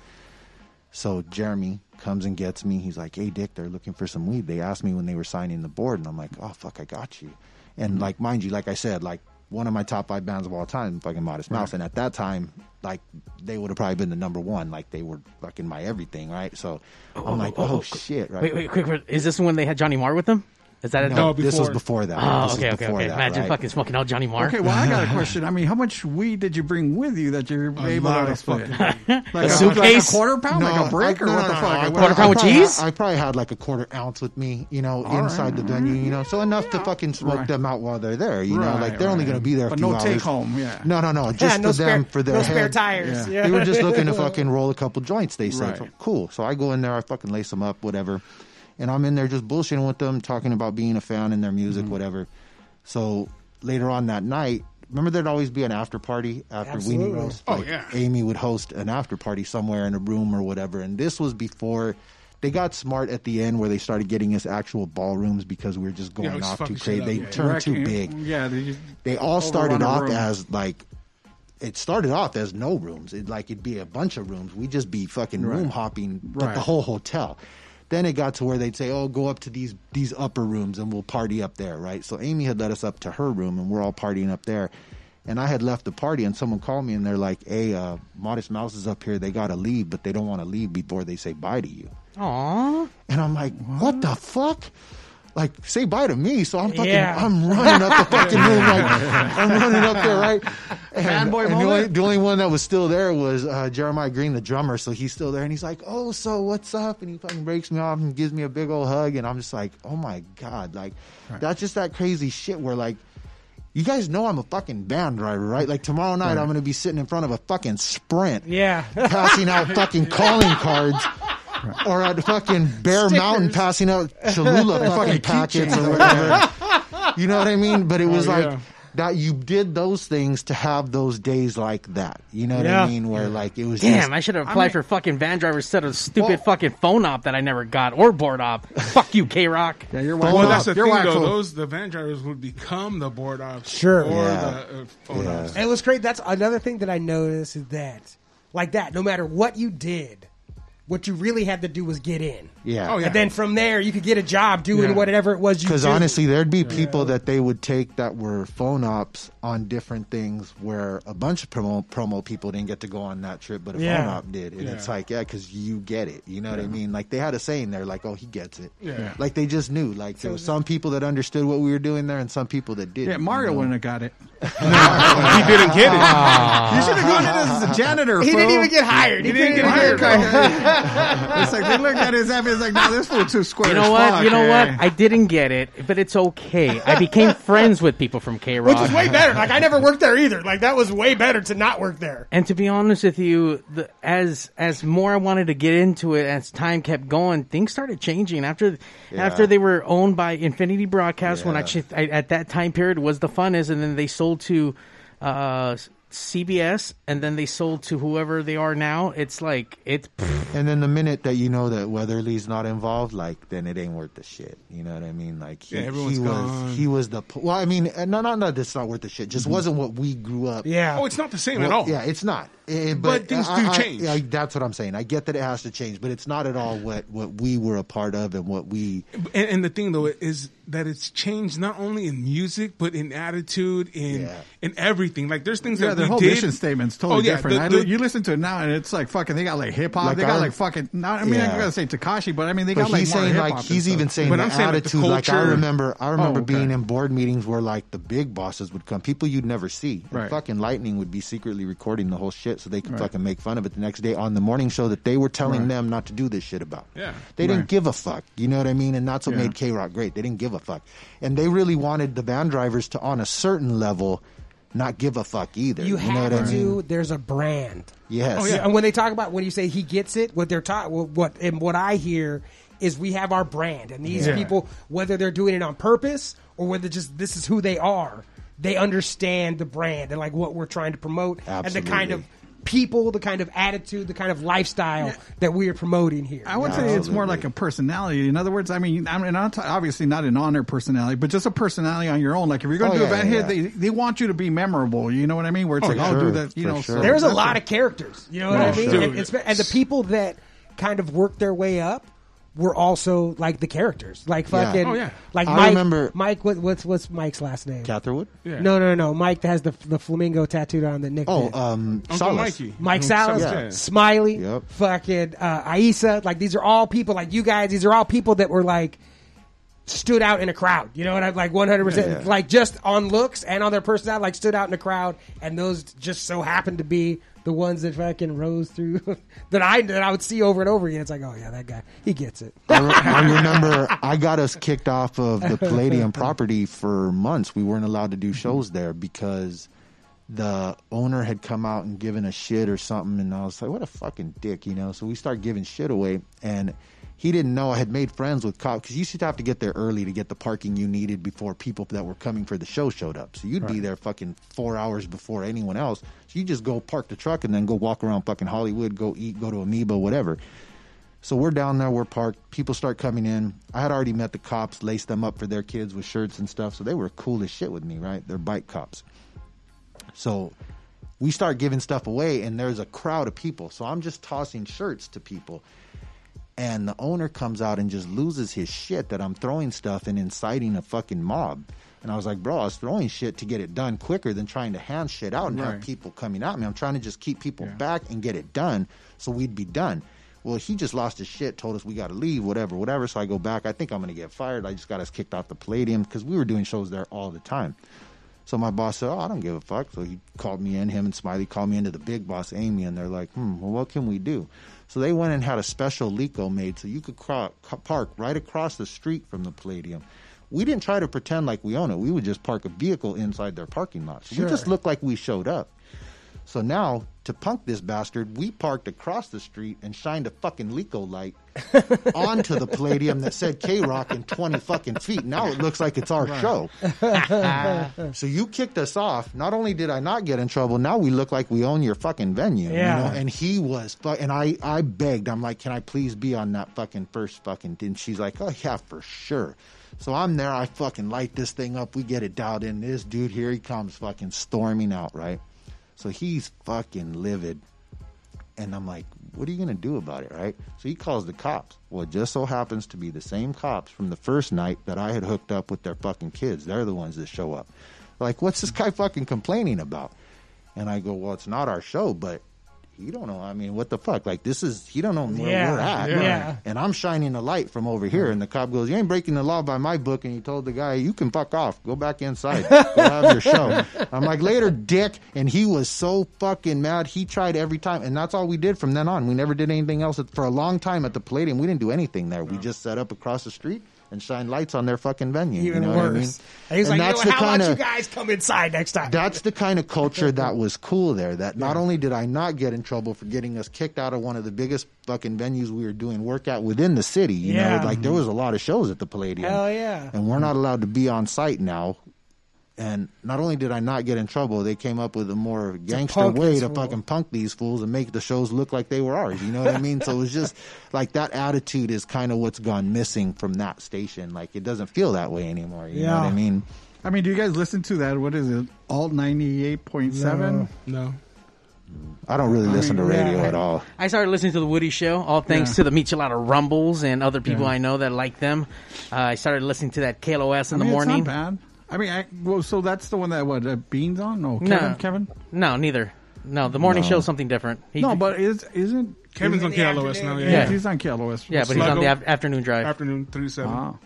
D: So Jeremy comes and gets me. He's like, "Hey, Dick, they're looking for some weed." They asked me when they were signing the board, and I'm like, "Oh fuck, I got you."
F: Mm-hmm.
D: And like, mind you, like I said, like one of my top five bands of all time, fucking Modest Mouse, and at that time, like they would have probably been the number one. Like they were fucking my everything, right? So I'm like, "Oh, shit!" Right?
F: wait, wait, quick, quick. Is this when they had Johnny Marr with them? Is that it?
D: No,
C: No,
D: this was
C: before-
D: before that.
F: Oh,
D: This was
F: okay, okay,
D: before
F: okay.
D: that,
F: Imagine
D: right?
F: fucking smoking out Johnny Marr.
A: Okay, well, I got a question. I mean, how much weed did you bring with you that you're able
C: lot
A: to
C: of
A: split?
C: fucking
A: Like
F: A
A: like a
F: suitcase?
A: quarter pound, like a brick,
D: I-
A: or
D: no,
A: what
D: no,
A: the
D: no,
A: fuck?
D: I-
A: What-
F: Quarter
D: I
F: pound with
D: probably-
F: cheese?
D: I probably had like a quarter ounce with me, you know, inside the venue, you know, so enough to fucking smoke them out while they're there, you know,
A: Right,
D: like they're only
A: right.
D: going to be there. A
A: But
D: few
A: no
D: hours.
A: take home, yeah.
D: No, no, no, just
B: yeah,
D: for
B: no
D: them
B: spare,
D: for their
B: no
D: head.
B: spare tires.
A: Yeah.
B: Yeah.
D: They were just looking to fucking roll a couple joints. They said,
A: Right.
D: "Cool." So I go in there, I fucking lace them up, whatever, and I'm in there just bullshitting with them, talking about being a fan and their music,
A: Mm-hmm.
D: whatever. So later on that night, remember there'd always be an after party after
B: Absolutely.
D: Weenie Roast.
C: Oh,
D: Like,
C: yeah.
D: Amy would host an after party somewhere in a room or whatever, and this was before. They got smart at the end where they started getting us actual ballrooms because we were just
C: it
D: going
C: was
D: off too
C: fucking shit
D: crazy.
C: up,
D: They
C: yeah.
D: turned too
A: Wrecking-
D: big
A: Yeah, they, just-
D: they all started
A: Overrun a
D: off
A: room.
D: as like it started off as no rooms. It like it'd be a bunch of rooms. We'd just be fucking room hopping th-
A: Right.
D: the whole hotel. Then it got to where they'd say, "Oh, go up to these these upper rooms and we'll party up there." Right. So Amy had led us up to her room and we're all partying up there. And I had left the party and someone called me and they're like, "Hey, uh, Modest Mouse is up here. They gotta leave, but they don't want to leave before they say bye to you."
F: Aw.
D: And I'm like, what the fuck? Like, say bye to me. So I'm fucking,
B: Yeah.
D: I'm running up the fucking room. Like, I'm running up there, right? And,
A: Fanboy
D: and the,
A: moment?
D: only, the only one that was still there was uh, Jeremiah Green, the drummer. So he's still there. And he's like, oh, so what's up? And he fucking breaks me off and gives me a big old hug. And I'm just like, oh my God. Like, that's just that crazy shit where, like, you guys know I'm a fucking van driver, right? Like, tomorrow night, I'm going to be sitting in front of a fucking sprint
B: yeah.
D: passing out fucking calling cards. Or at fucking Bear Mountain passing out Cholula fucking packets or whatever. You know what I mean? But it was
C: Oh,
D: like
C: yeah.
D: that you did those things to have those days like that. You know what
B: Yeah.
D: I mean? Where like it was
F: Damn,
D: just,
F: I should have applied for fucking van driver instead of stupid
D: Well-
F: fucking phone op that I never got or board op. Fuck you, K Rock.
A: yeah, your wife.
D: Well,
C: Well,
D: Hold
C: that's the
A: your
C: thing,
A: wife
C: though.
A: will-
C: Those the van drivers would become the board ops,
B: Sure.
C: or
D: Yeah.
C: the uh, phone
D: Yeah.
C: ops.
B: It was great. That's another thing that I noticed is that, like that, no matter what you did, what you really had to do was get in.
D: yeah.
C: Oh, yeah.
B: And then from there, you could get a job doing
C: Yeah.
B: whatever it was you
D: Because
B: do.
D: honestly, there'd be people that they would take that were phone ops on different things where a bunch of promo, promo people didn't get to go on that trip, but a phone
B: Yeah.
D: op did. And it's
C: Yeah.
D: like, yeah, because you get it. You know what I mean? Like they had a saying there, like, oh, he gets it.
C: Yeah.
D: Like they just knew. Like there were some people that understood what we were doing there and some people that didn't.
A: Yeah, Mario
D: you know?
A: wouldn't have got it. You
C: he didn't get it.
A: should have gone in as a janitor.
B: he didn't
A: fool.
B: even get hired.
C: He didn't get hired.
A: It's like they looked at his ass. It's like, no, this fool too square.
F: You know
A: as
F: what?
A: fuck,
F: you know
A: eh?
F: what? I didn't get it, but it's okay. I became friends with people from K
B: Which is
F: Rock.
B: way better. Like I never worked there either. Like that was way better to not work there.
F: And to be honest with you, the, as as more I wanted to get into it, as time kept going, things started changing. After after they were owned by Infinity Broadcast, when
D: Yeah.
F: actually I, at that time period was the funnest, and then they sold to uh, CBS, and then they sold to whoever they are now. It's like it's
D: And then the minute that you know that Weatherly's not involved, like then it ain't worth the shit. You know what I mean? Like he,
C: Yeah, everyone's
D: he
C: gone. Mm-hmm.
D: was he was the po- well. I mean, uh, no, no, no. That's not worth the shit. Just wasn't what we grew up.
B: Yeah.
C: Oh, it's not the same at
D: Well,
C: all.
D: Yeah, it's not. Eh,
C: But things do
D: I- I-
C: change.
D: I- that's what I'm saying. I get that it has to change, but it's not at all what what we were a part of and what we.
C: And, and the thing though is that it's changed not only in music but in attitude, in
D: Yeah.
C: in everything. Like there's things
A: Yeah,
C: that
A: their
C: we
A: whole
C: did.
A: mission statement's totally
C: Oh, yeah,
A: different.
C: the-
A: I
C: the-
A: li- you listen to it now, and it's like fucking. They got like hip hop.
D: Like
A: they got
D: our-
A: like fucking. Not, I mean,
D: Yeah.
A: I gotta say Takashi, but I mean, they
D: But
A: got like
D: he's
A: more
D: saying
A: hip-hop
D: like
A: and
D: he's
A: stuff.
D: even saying
C: But
D: the
C: I'm saying, like, the
D: attitude. Like, I
C: culture-
D: remember, I remember
A: okay.
D: being in board meetings where like the big bosses would come, people you'd never see. And
A: Right.
D: fucking Lightning would be secretly recording the whole shit so they could fucking make fun of it the next day on the morning show that they were telling them not to do this shit about.
C: Yeah.
D: they didn't
A: Right.
D: give a fuck. You know what I mean? And that's what
A: Yeah.
D: made K Rock great. They didn't give a fuck, and they really wanted the van drivers to, on a certain level, not give a fuck either.
B: You,
D: know
B: have
D: what I
B: to.
D: mean?
B: There's a brand.
D: Yes.
C: Oh,
B: And when they talk about when you say he gets it, what they're taught, what and what I hear is we have our brand, and these
C: Yeah.
B: people, whether they're doing it on purpose or whether just this is who they are, they understand the brand and like what we're trying to promote and the kind
D: Absolutely.
B: of people, the kind of attitude, the kind of lifestyle that we are promoting here.
A: I would say it's more
D: Absolutely.
A: like a personality. In other words, I mean, I'm and I'm t- obviously not an honor personality, but just a personality on your own. Like if you're going
D: Oh,
A: to do
D: yeah,
A: an event
D: yeah,
A: here,
D: yeah.
A: they, they want you to be memorable. You know what I mean? Where it's
C: Oh,
A: like,
C: yeah.
A: oh, do
D: Sure,
A: that. You
D: for
A: know, so
D: sure.
B: There's a
A: that's
B: lot of characters. You know what I
C: Oh,
B: mean?
C: dude.
B: And, it's- and the people that kind of worked their way up were also like the characters, like
D: Yeah.
B: fucking,
C: Oh, yeah.
B: like
D: I
B: Mike.
D: remember-
B: Mike. What, what's what's Mike's last name?
D: Catherwood?
C: Yeah.
B: No, no, no. Mike that has the the flamingo tattooed on the nickname.
D: Oh, um,
C: Uncle
D: Salas.
C: Mikey.
B: Mike
C: Uncle
B: Salas,
C: Salas, yeah.
B: Smiley,
D: Yep.
B: fucking uh, Aisa. Like these are all people. Like you guys, these are all people that were like stood out in a crowd. You know what I'm like 100 percent
D: Yeah.
B: like just on looks and on their personality, like stood out in a crowd. And those just so happened to be the ones that fucking rose through that I that I would see over and over again. It's like, oh yeah, that guy, he gets it.
D: I, re- I remember I got us kicked off of the Palladium property for months. We weren't allowed to do shows there because the owner had come out and given a shit or something. And I was like, what a fucking dick, you know? So we start giving shit away. And he didn't know I had made friends with cops because you used to have to get there early to get the parking you needed before people that were coming for the show showed up. So you'd be there fucking four hours before anyone else. So you just go park the truck and then go walk around fucking Hollywood, go eat, go to Amoeba, whatever. So we're down there, we're parked. People start coming in. I had already met the cops, laced them up for their kids with shirts and stuff. So they were cool as shit with me, right? They're bike cops. So we start giving stuff away, and there's a crowd of people. So I'm just tossing shirts to people. And the owner comes out and just loses his shit that I'm throwing stuff and inciting a fucking mob. And I was like, bro, I was throwing shit to get it done quicker than trying to hand shit out and have
A: Right.
D: people coming at me. I'm trying to just keep people back and get it done so we'd be done. Well, he just lost his shit, told us we got to leave, whatever, whatever. So I go back. I think I'm going to get fired. I just got us kicked off the Palladium because we were doing shows there all the time. So my boss said, "Oh, I don't give a fuck." So he called me in. Him and Smiley called me into the big boss, Amy, and they're like, "Hmm, well, what can we do?" So they went and had a special Lico made so you could cro- ca- park right across the street from the Palladium. We didn't try to pretend like we own it. We would just park a vehicle inside their parking lot. So We just looked like we showed up. So now, to punk this bastard, we parked across the street and shined a fucking Lico light onto the Palladium that said K Rock in 20 fucking feet. Now it looks like it's our show. so you kicked us off. Not only did I not get in trouble, now we look like we own your fucking venue. you
B: Yeah.
D: know? And he was, fu- and I, I begged, I'm like, can I please be on that fucking first fucking? And she's like, oh, yeah, for sure. So I'm there. I fucking light this thing up. We get it dialed in. This dude here, he comes fucking storming out, right? So he's fucking livid. And I'm like, what are you going to do about it, right? So he calls the cops. Well, it just so happens to be the same cops from the first night that I had hooked up with their fucking kids. They're the ones that show up. Like, what's this guy fucking complaining about? And I go, well, it's not our show, but he don't know. I mean, what the fuck? Like, this is, he don't know where
B: Yeah,
D: we're at.
B: yeah. Mm-hmm.
D: And I'm shining a light from over here. And the cop goes, you ain't breaking the law by my book. And he told the guy, you can fuck off. Go back inside. Go have your show. I'm like, later, dick. And he was so fucking mad. He tried every time. And that's all we did from then on. We never did anything else. For a long time at the Palladium, we didn't do anything there. We just set up across the street and shined lights on their fucking venue.
B: Even
D: you know What I mean?
B: worse. And he's
D: And
B: like,
D: that's
B: you know,
D: the
B: how about
D: kinda-
B: you guys come inside next time?
D: that's the kind of culture that was cool there. That not only did I not get in trouble for getting us kicked out of one of the biggest fucking venues we were doing work at within the city. You
B: Yeah.
D: know, like there was a lot of shows at the Palladium.
B: Hell yeah.
D: And we're not allowed to be on site now. And not only did I not get in trouble, they came up with a more gangster
B: punk
D: way
B: these
D: to
B: fools.
D: fucking punk these fools and make the shows look like they were ours. You know what I mean? so it was just like that attitude is kind of what's gone missing from that station. Like it doesn't feel that way anymore. You know
B: Yeah.
D: what I mean?
A: I mean, do you guys listen to that? What is it? Alt ninety eight point seven.
C: No.
D: I don't really listen to radio
B: yeah.
D: at all.
F: I started listening to the Woody Show, all thanks to the Michelada Rumbles and other people I know that like them. Uh, I started listening to that KLOS in
A: I mean,
F: the morning.
A: It's not bad. I mean, I, well, so that's the one that what uh, Beans on? No, Kevin.
F: No.
A: Kevin.
F: No, neither. No, the morning show is something different. He-
A: No, but is isn't
C: Kevin's on
B: In the
C: KLOS now.
B: afternoon.
C: Yeah.
A: yeah.
F: Yeah.
A: he's on KLOS.
F: yeah, but he's on the
C: Sluggo.
F: af- afternoon drive.
C: Afternoon three to seven.
A: Ah.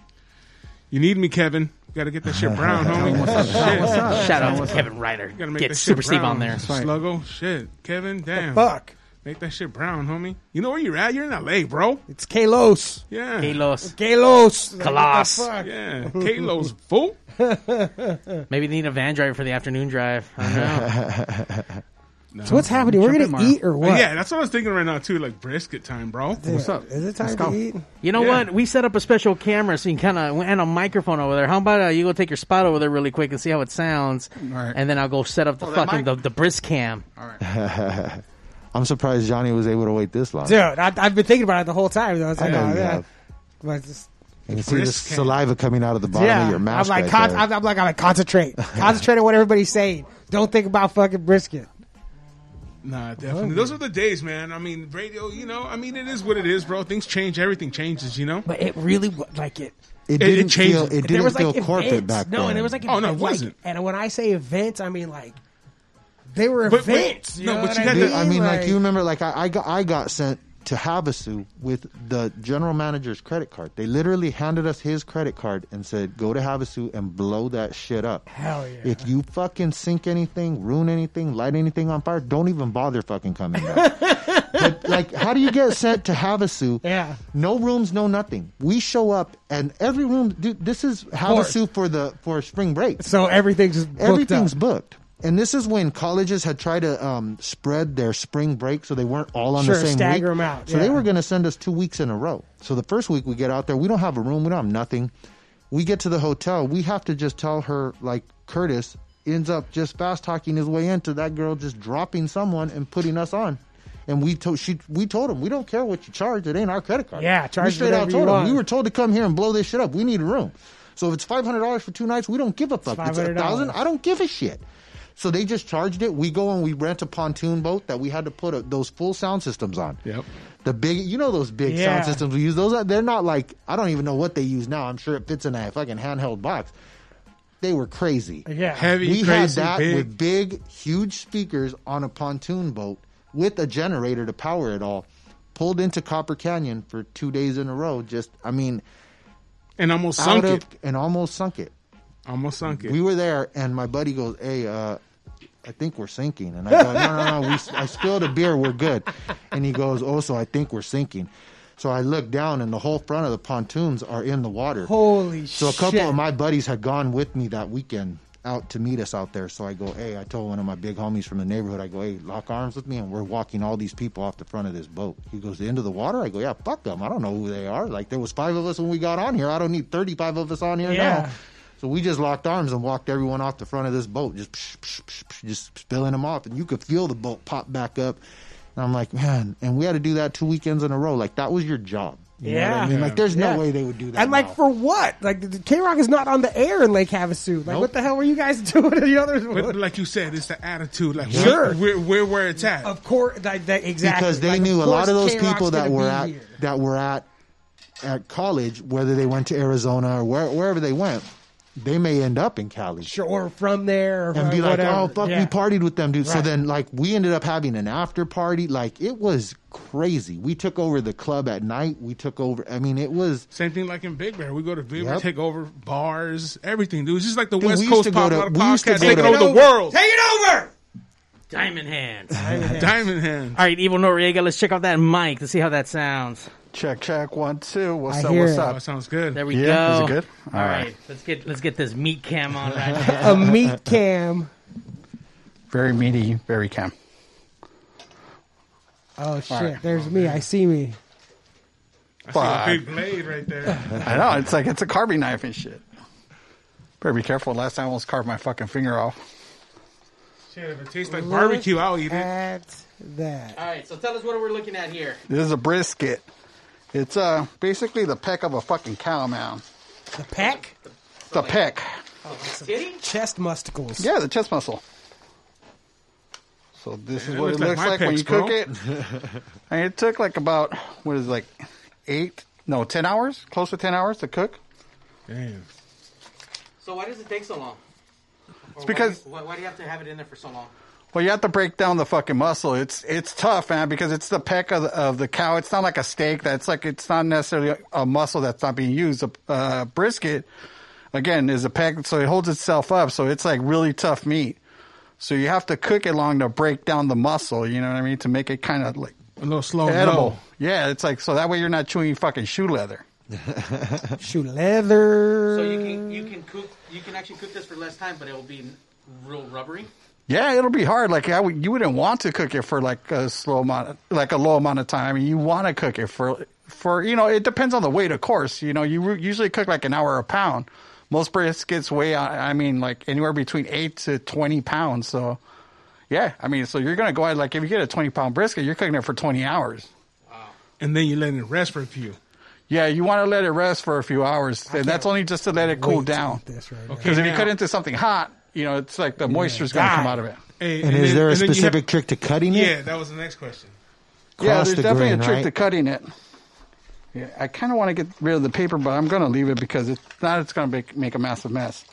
C: You need me, Kevin. Got to get that shit brown, homie. Shit.
F: Shout out to Kevin Ryder.
C: Gotta make
F: Get
C: that
F: Super
C: shit
F: Steve
C: brown.
F: on there.
A: right.
C: Sluggo, shit, Kevin, damn,
B: Fuck.
C: make that shit brown, homie. You know where you're at? You're in L.A., bro.
B: It's Kalos.
C: Yeah,
F: Kalos.
B: Kalos. Like, what the
F: Kalos.
B: fuck?
C: yeah, Kalos, fool.
F: Maybe need a van driver for the afternoon drive. I don't know.
B: So what's happening? We're
A: Jump in,
B: gonna
A: Mara.
B: eat or what?
C: Yeah, that's what I was thinking right now too. Like brisket time, bro.
A: What's up?
B: Is it
A: Let's
B: time
A: go.
B: to eat?
F: You know
C: Yeah.
F: what? We set up a special camera so you can kind of and a microphone over there. How about uh, you go take your spot over there really quick and see how it sounds,
A: right.
F: and then I'll go set up the
A: Oh, that
F: fucking
A: mic?
F: the, the brisk cam.
D: I'm surprised Johnny was able to wait this long.
B: Dude, I, I've been thinking about it the whole time. though. I was
D: I
B: like,
D: know
B: oh,
D: you
B: yeah.
D: have.
B: But just-
D: You can see the
C: Brisket.
D: saliva coming out of the bottom
B: yeah.
D: of your mouth.
B: I'm like,
D: right
B: con-
D: there.
B: I'm, I'm like, I'm like, concentrate, concentrate on what everybody's saying. Don't think about fucking brisket.
C: Nah, definitely. Those are the days, man. I mean, radio. You know, I mean, it is what it is, bro. Things change. Everything changes. You know.
B: But it really wa- like it.
D: it
C: it
D: didn't
C: changes.
D: feel. It
B: there
D: didn't
B: was
D: feel
B: like
D: corporate
B: events.
D: back
B: no,
D: then.
B: and there was like
C: Oh, no, it
B: like-
C: wasn't.
B: And when I say events, I mean like they were
C: But- but-
B: events. you
C: no,
B: know
C: but
B: what
C: you
B: I
C: had
D: Dude,
C: to-
B: mean?
D: I mean, like you remember, like I, I got I got sent to Havasu with the general manager's credit card. They literally handed us his credit card and said, "Go to Havasu and blow that shit up."
B: Hell yeah.
D: If you fucking sink anything, ruin anything, light anything on fire, don't even bother fucking coming back. but like, how do you get sent to Havasu?
B: Yeah.
D: No rooms, no nothing. We show up and every room, dude. This is Havasu for the for spring break
B: So everything's just booked
D: everything's
B: up.
D: booked. And this is when colleges had tried to um, spread their spring break, so they weren't all on
B: Sure,
D: the same
B: stagger
D: week.
B: them out,
D: So they
B: yeah.
D: were going to send us two weeks in a row. So the first week we get out there, we don't have a room, we don't have nothing. We get to the hotel, we have to just tell her like Curtis ends up just fast talking his way into that girl just dropping someone and putting us on. And we told she we told him we don't care what you charge, it ain't our credit card.
B: Yeah,
D: We
B: charge
D: straight out
B: whatever you
D: told him
B: want.
D: we were told to come here and blow this shit up. We need a room. So if it's five hundred dollars for two nights, we don't give a fuck. It's a
B: $500.
D: thousand. I don't give a shit. So they just charged it. We go and we rent a pontoon boat that we had to put a, those full sound systems on.
C: Yep.
D: The big, you know, those big
B: Yeah.
D: sound systems we use. Those are- they're not like I don't even know what they use now. I'm sure it fits in a fucking handheld box. They were crazy.
B: Yeah.
C: Heavy,
D: we had
C: crazy,
D: that
C: big.
D: with big, huge speakers on a pontoon boat with a generator to power it all. Pulled into Copper Canyon for two days in a row. Just, I mean,
C: and almost
D: out
C: sunk
D: of
C: it.
D: and almost sunk it
C: Almost sunk it.
D: we were there, and my buddy goes, "Hey, uh, I think we're sinking." And I go, "No, no, no. We, I spilled a beer. We're good." And he goes, "Oh, so I think we're sinking." So I look down, and the whole front of the pontoons are in the water.
B: Holy
D: So a couple
B: shit.
D: of my buddies had gone with me that weekend out to meet us out there. So I go, "Hey," I told one of my big homies from the neighborhood, "I go, hey, lock arms with me, and we're walking all these people off the front of this boat." He goes, "The end of the water?" I go, "Yeah, fuck them. I don't know who they are. Like there was five of us when we got on here. I don't need thirty-five of us on here
B: Yeah.
D: now." So we just locked arms and walked everyone off the front of this boat, just psh, psh, psh, psh, just spilling them off, and you could feel the boat pop back up. And I'm like, man, and we had to do that two weekends in a row. Like that was your job. You know what
B: Yeah.
D: I mean, like there's
B: Yeah.
D: no way they would do that.
B: And like
D: now.
B: for what? Like K Rock is not on the air in Lake Havasu. Like what the hell were you guys doing? in the other
C: but like you said, it's the attitude. Like
B: Sure.
C: we're, we're where it's at.
B: Of course, that, that, exactly.
D: because they
B: Like,
D: knew a lot
B: course
D: of those
B: K-Rock's
D: people that
B: gonna
D: were
B: be
D: at
B: here.
D: that were at at college, whether they went to Arizona or where, wherever they went, they may end up in Cali.
B: Sure, or from there, or
D: And be like,
B: whatever.
D: oh fuck,
B: yeah.
D: we partied with them, dude. So
B: Right.
D: then, like, we ended up having an after party. Like, it was crazy. We took over the club at night. We took over. I mean, it was.
C: Same thing like in Big Bear. We go to Big Bear,
D: Yep.
C: take over bars, everything, dude. It's just like the
D: Dude,
C: West
D: we used
C: Coast
D: to go
C: pop
D: to-
C: out
D: we used to
C: podcast,
D: go
C: taking
D: to-
C: over the world.
B: Take it over.
F: Diamond hands.
C: Diamond Hand.
F: All right, Evil Noriega, let's check out that mic to see how that sounds.
E: Check, check, one, two. What's
B: I
E: up?
B: hear
E: What's
B: it.
C: Oh,
E: up?
C: that sounds good.
F: There we
E: Yeah,
F: go.
E: is it good?
F: All right. let's get let's get this meat cam on right now.
B: A meat cam.
E: Very meaty, very cam.
B: Oh shit! There's me. I see me.
C: I
E: Fuck.
C: see a big blade right there.
E: I know. It's like it's a carving knife and shit. Better be careful. Last time I almost carved my fucking finger off.
C: Shit, if it tastes like barbecue, I'll eat it.
B: At that.
F: All right, so tell us what we're looking at here.
E: This is a brisket. It's uh basically the peck of a fucking cow, man.
B: The peck.
E: The peck.
F: Oh, Titty?
B: Chest muscles.
E: Yeah, the chest muscle. So this is
C: It
E: what
C: looks
E: it
C: like
E: looks
C: my
E: like, when
C: pecs,
E: you cook
C: bro.
E: it. and it took like about what is it, like eight, no, ten hours, close to ten hours to cook.
C: Damn.
F: So why does it take so long? It's
E: because-
F: why, why do you have to have it in there for so long?
E: Well, you have to break down the fucking muscle. It's it's tough, man, because it's the peck of the, of the cow. It's not like a steak. That's like it's not necessarily a muscle that's not being used. A uh, brisket, again, is a peck, so it holds itself up. So it's like really tough meat. So you have to cook it long to break down the muscle. You know what I mean? To make it kind of like
C: A little slow. and
E: edible.
C: low.
E: Yeah, it's like so that way you're not chewing fucking shoe leather.
B: Shoe leather.
F: So you can you can cook you can actually cook this for less time, but it will be real rubbery.
E: Yeah, it'll be hard. Like I would, you wouldn't want to cook it for like a slow amount, like a low amount of time. You want to cook it for for you know. It depends on the weight, of course. You know, you re- usually cook like an hour a pound. Most briskets weigh, I I mean, like anywhere between eight to twenty pounds. So, yeah, I mean, so you're gonna go out like if you get a twenty pound brisket, you're cooking it for twenty hours.
C: and then you let it rest for a few.
E: Yeah, you want to let it rest for a few hours, and that's only just to let it cool
B: Wait to
E: down.
B: eat This right
C: Okay,
E: Because if you
C: now-
E: cut into something hot, you know, it's like the moisture's going to come out of it.
C: Hey,
D: And, is
C: then-
D: there a
C: and then you have-
D: specific trick to cutting it?
C: Yeah, that was the next question.
E: Yeah,
D: Cross
E: there's
D: the
E: definitely
D: grain,
E: a trick
D: right?
E: to cutting it. Yeah, I kind of want to get rid of the paper, but I'm going to leave it because it's not. It's going to make, make a massive mess.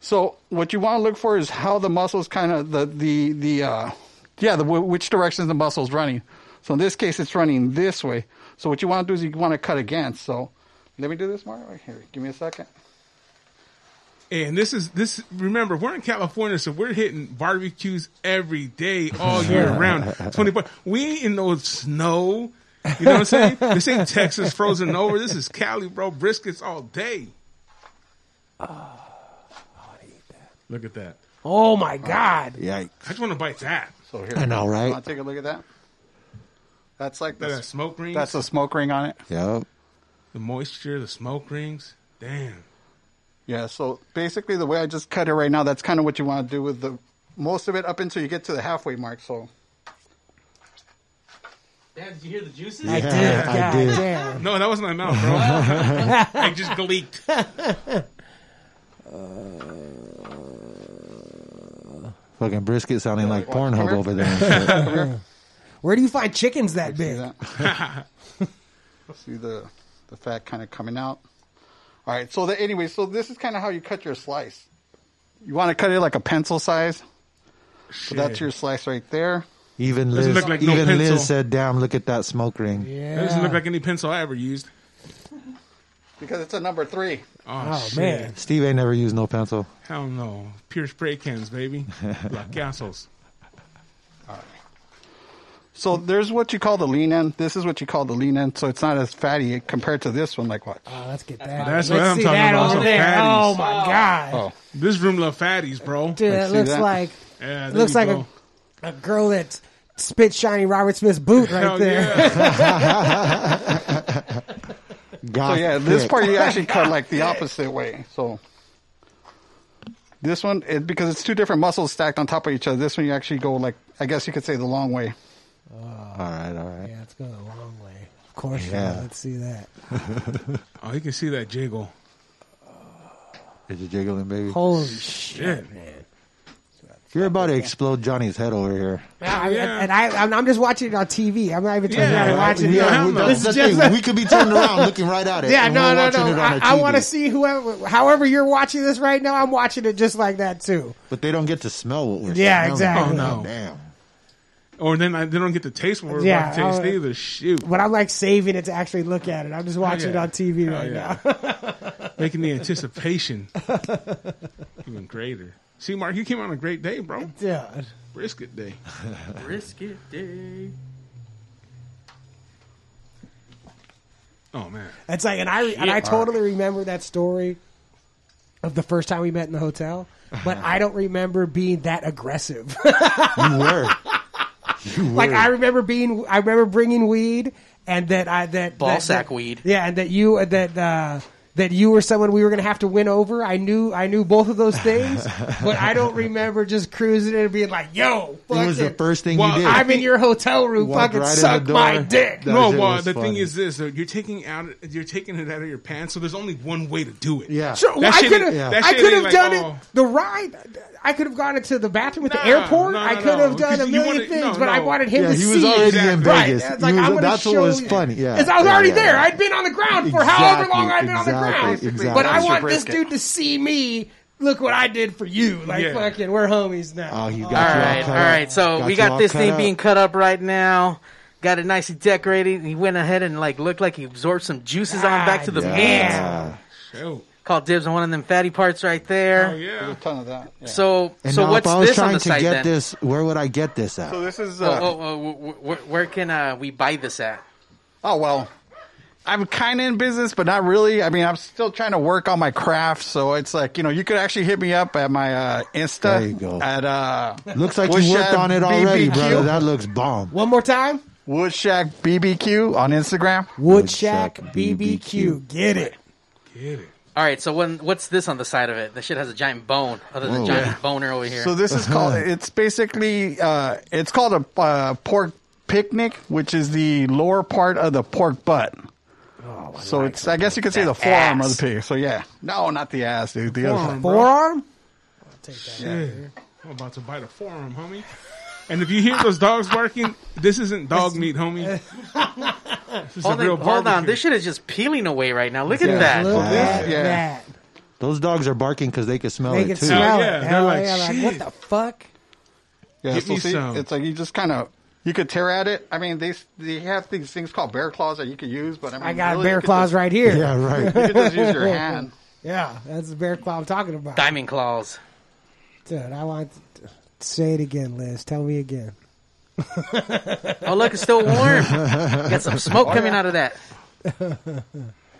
E: So what you want to look for is how the muscles kind of the the the uh, yeah the wh- which direction the muscles running. So in this case, it's running this way. So what you want to do is you want to cut against. So let me do this, Mark. Here, give me a second.
C: And this is this. Remember, we're in California, so we're hitting barbecues every day, all year round. Twenty four. We ain't in no snow. You know what I'm saying? this ain't Texas frozen over. This is Cali, bro. Briskets all day.
E: Ah,
C: Look at that.
B: Oh my God!
D: Yikes.
C: I just want to bite that.
E: So here,
D: I know, right?
E: Want to take a look at that? That's like
C: Look at
E: the
C: that smoke rings.
E: that's a smoke ring on it.
D: Yep.
C: the moisture, the smoke rings. Damn.
E: Yeah, so basically the way I just cut it right now, that's kind of what you want to do with the most of it up until you get to the halfway mark. So
F: Dad, did you hear the juices?
D: Yeah,
B: God
D: I did.
B: damn.
C: No, that was my mouth, bro. I just gleeked.
D: Fucking brisket sounding like
E: watch,
D: Pornhub
E: remember?
D: over there. And shit.
B: Where do you find chickens that big?
E: see the the fat kind of coming out. All right, so the, anyway, so this is kind of how you cut your slice. You want to cut it like a pencil size. So that's your slice right there.
D: Even Liz,
C: Doesn't look like no
D: even
C: pencil.
D: Liz said, "Damn, look at that smoke ring."
C: It
B: Yeah.
C: doesn't look like any pencil I ever used.
E: Because it's a number three.
C: Oh,
B: oh
C: shit.
B: man.
D: Steve ain't never used no pencil.
C: Hell no. Pure spray cans, baby. Like castles.
E: So there's what you call the lean end. This is what you call the lean end. So it's not as fatty compared to this one. Like what?
B: Oh, let's get that.
C: That's what
B: Let's
C: I'm
B: see
C: talking
B: that
C: about,
B: Over
C: some
B: there.
C: patties.
B: Oh my God.
C: This room love fatties, bro.
E: Like,
B: Dude, that
E: see
B: looks
E: that?
B: like
C: Yeah, there
B: looks
C: you
B: like
C: go.
B: a, a girl that spit shiny Robert Smith's boot right
C: Hell
B: there.
C: yeah.
D: God,
E: So yeah, this part you actually cut like the opposite way. So this one, it, because it's two different muscles stacked on top of each other. This one you actually go like I guess you could say the long way.
D: All right, all right.
B: Yeah, it's going a long way. Of course,
D: Yeah.
B: yeah. Let's see that.
C: Oh, you can see that jiggle.
D: Is it jiggling, baby?
B: Holy shit,
C: Yeah.
B: man!
D: You're about to explode Johnny's head over here.
B: I- I-
C: Yeah.
B: and I, I'm, I'm just watching it on TV. I'm not even turning
C: Yeah.
B: around and watching
C: Yeah.
B: it.
C: hell
D: we-
C: no.
D: that's
B: This
D: the
B: is
D: thing.
B: just-
D: we could be turned around looking right at it.
B: Yeah,
D: and we're
B: no, no,
D: watching
B: no.
D: it on
B: I,
D: our
B: I
D: TV.
B: want to see whoever, however you're watching this right now. I'm watching it just like that too.
D: But they don't get to smell what we're
B: Yeah,
D: smelling.
B: exactly.
C: Oh, no.
D: Damn.
C: Or then I, they don't get to taste what we're
B: Yeah,
C: about to taste
B: I'll-
C: either. Shoot.
B: But I'm like saving it to actually look at it. I'm just watching
C: yeah.
B: it on TV
C: Hell
B: right
C: yeah.
B: now.
C: Making the anticipation even greater. See, Mark, you came on a great day, bro.
B: yeah.
C: Brisket day.
F: Brisket day.
C: Oh, man.
B: It's like, and I and I totally remember that story of the first time we met in the hotel, but
D: Uh-huh.
B: I don't remember being that aggressive.
D: You were. You were.
B: like I remember being, I remember bringing weed, and that I that
F: Ball
B: that-
F: sack
B: that-
F: weed.
B: Yeah, and that you that. uh that you were someone we were going to have to win over. I knew, I knew both of those things, but I don't remember just cruising and being like, "Yo,
D: it was the
B: fucking-
D: first thing
C: Well,
D: you did.
B: I'm in your hotel room.
D: Walked
B: Fucking
D: right in the
B: suck
D: door.
B: my dick."
D: That
C: no,
D: shit
C: well,
D: was
C: the thing
D: funny.
C: is this: though, you're taking out, you're taking it out of your pants. So there's only one way to do it.
D: Yeah.
B: Sure,
C: That
B: I
C: shit
B: could have.
C: ain't- that
B: I
C: shit
B: could
C: ain't
B: have
C: like,
B: done
C: oh.
B: it. The ride. I could have gone into the bathroom at the
C: Nah,
B: airport.
C: no, no,
B: I could
C: no.
B: have done a
C: 'Cause you
B: million
C: wanted-
B: things,
C: no,
B: but I
C: no.
B: wanted him
D: yeah,
B: to
D: he
B: see.
D: was already in
C: exactly.
D: Vegas.
B: Right. It's
D: He
B: like,
D: was-
B: I'm gonna
D: that's
B: show
D: what was
B: you.
D: funny. Yeah,
B: 'Cause I was
D: Yeah,
B: already
D: yeah,
B: there.
D: yeah.
B: I'd been on the ground for however
D: Exactly,
B: long I'd been on the
D: exactly,
B: ground.
D: exactly.
B: But I
E: That's your
B: want this
E: brisket.
B: dude to see me. Look what I did for you. Like
C: Yeah.
B: fucking, we're homies now.
D: Oh, he got
F: All
D: you
F: right, all
D: cut
F: right.
D: up.
F: So we
D: you
F: got
D: all
F: this
D: cut
F: thing
D: up.
F: being cut up right now. Got it nicely decorated. He went ahead and like looked like he absorbed some juices on back to the
B: God
F: meat.
D: Ah, Yeah.
C: Shoot.
F: Called dibs on one of them fatty parts right there.
C: Oh yeah.
E: There's a ton of that. yeah.
F: So
D: And
F: so
D: now
F: what's
D: if I was
F: this on
D: trying
F: the
D: to
F: site
D: get
F: then?
D: this, where would I get this at?
E: So this is
F: Oh,
E: uh,
F: oh, oh, wh- wh- where can uh, we buy this at?
E: oh well. I'm kind of in business, but not really. I mean, I'm still trying to work on my craft. So it's like, you know, you could actually hit me up at my uh, Insta.
D: There you go.
E: At, uh,
D: Looks like you worked
E: Woodshed
D: on it already,
E: BBQ.
D: brother. That looks bomb.
B: One more time.
E: Woodshack BBQ on Instagram.
B: Woodshack BBQ. Get it.
C: Get it.
F: All right, so when, what's this on the side of it? The shit has a giant bone, other than
D: Whoa.
F: giant boner over here.
E: So this is called. It's basically. Uh, it's called a uh, pork picnic, which is the lower part of the pork butt. so it's. I guess you could say the forearm of
F: ass.
E: the pig. So yeah. No, not the ass, dude. The other side.
B: Forearm?
C: I'm about to bite a forearm, homie. And if you hear those dogs barking, this isn't dog meat, homie. This is
F: hold,
C: a real
F: on, hold on,
C: barbecue.
F: this shit is just peeling away right now. Look at that.
B: Look at
E: yeah.
B: that.
D: Those dogs are barking because they can smell
B: They
D: it
B: can
D: too.
B: smell
C: yeah.
B: it.
C: They're
B: Hell
C: like,
B: yeah, like,
C: "Shit."
B: what the fuck?
E: Yeah,
C: Give
E: so
C: me
E: see,
C: some.
E: it's like you just kind of you could tear at it. I mean, they they have these things called bear claws that you could use, but I mean,
B: I got
E: really, you
B: bear
E: could
B: claws
E: just-
B: right here.
D: Yeah, right.
E: You could just use your hand.
B: Yeah, that's the bear claw I'm talking about.
F: Diamond claws.
B: Dude, I want to say it again, Liz. Tell me again.
F: Oh, look, it's still warm. Got some smoke coming out of that.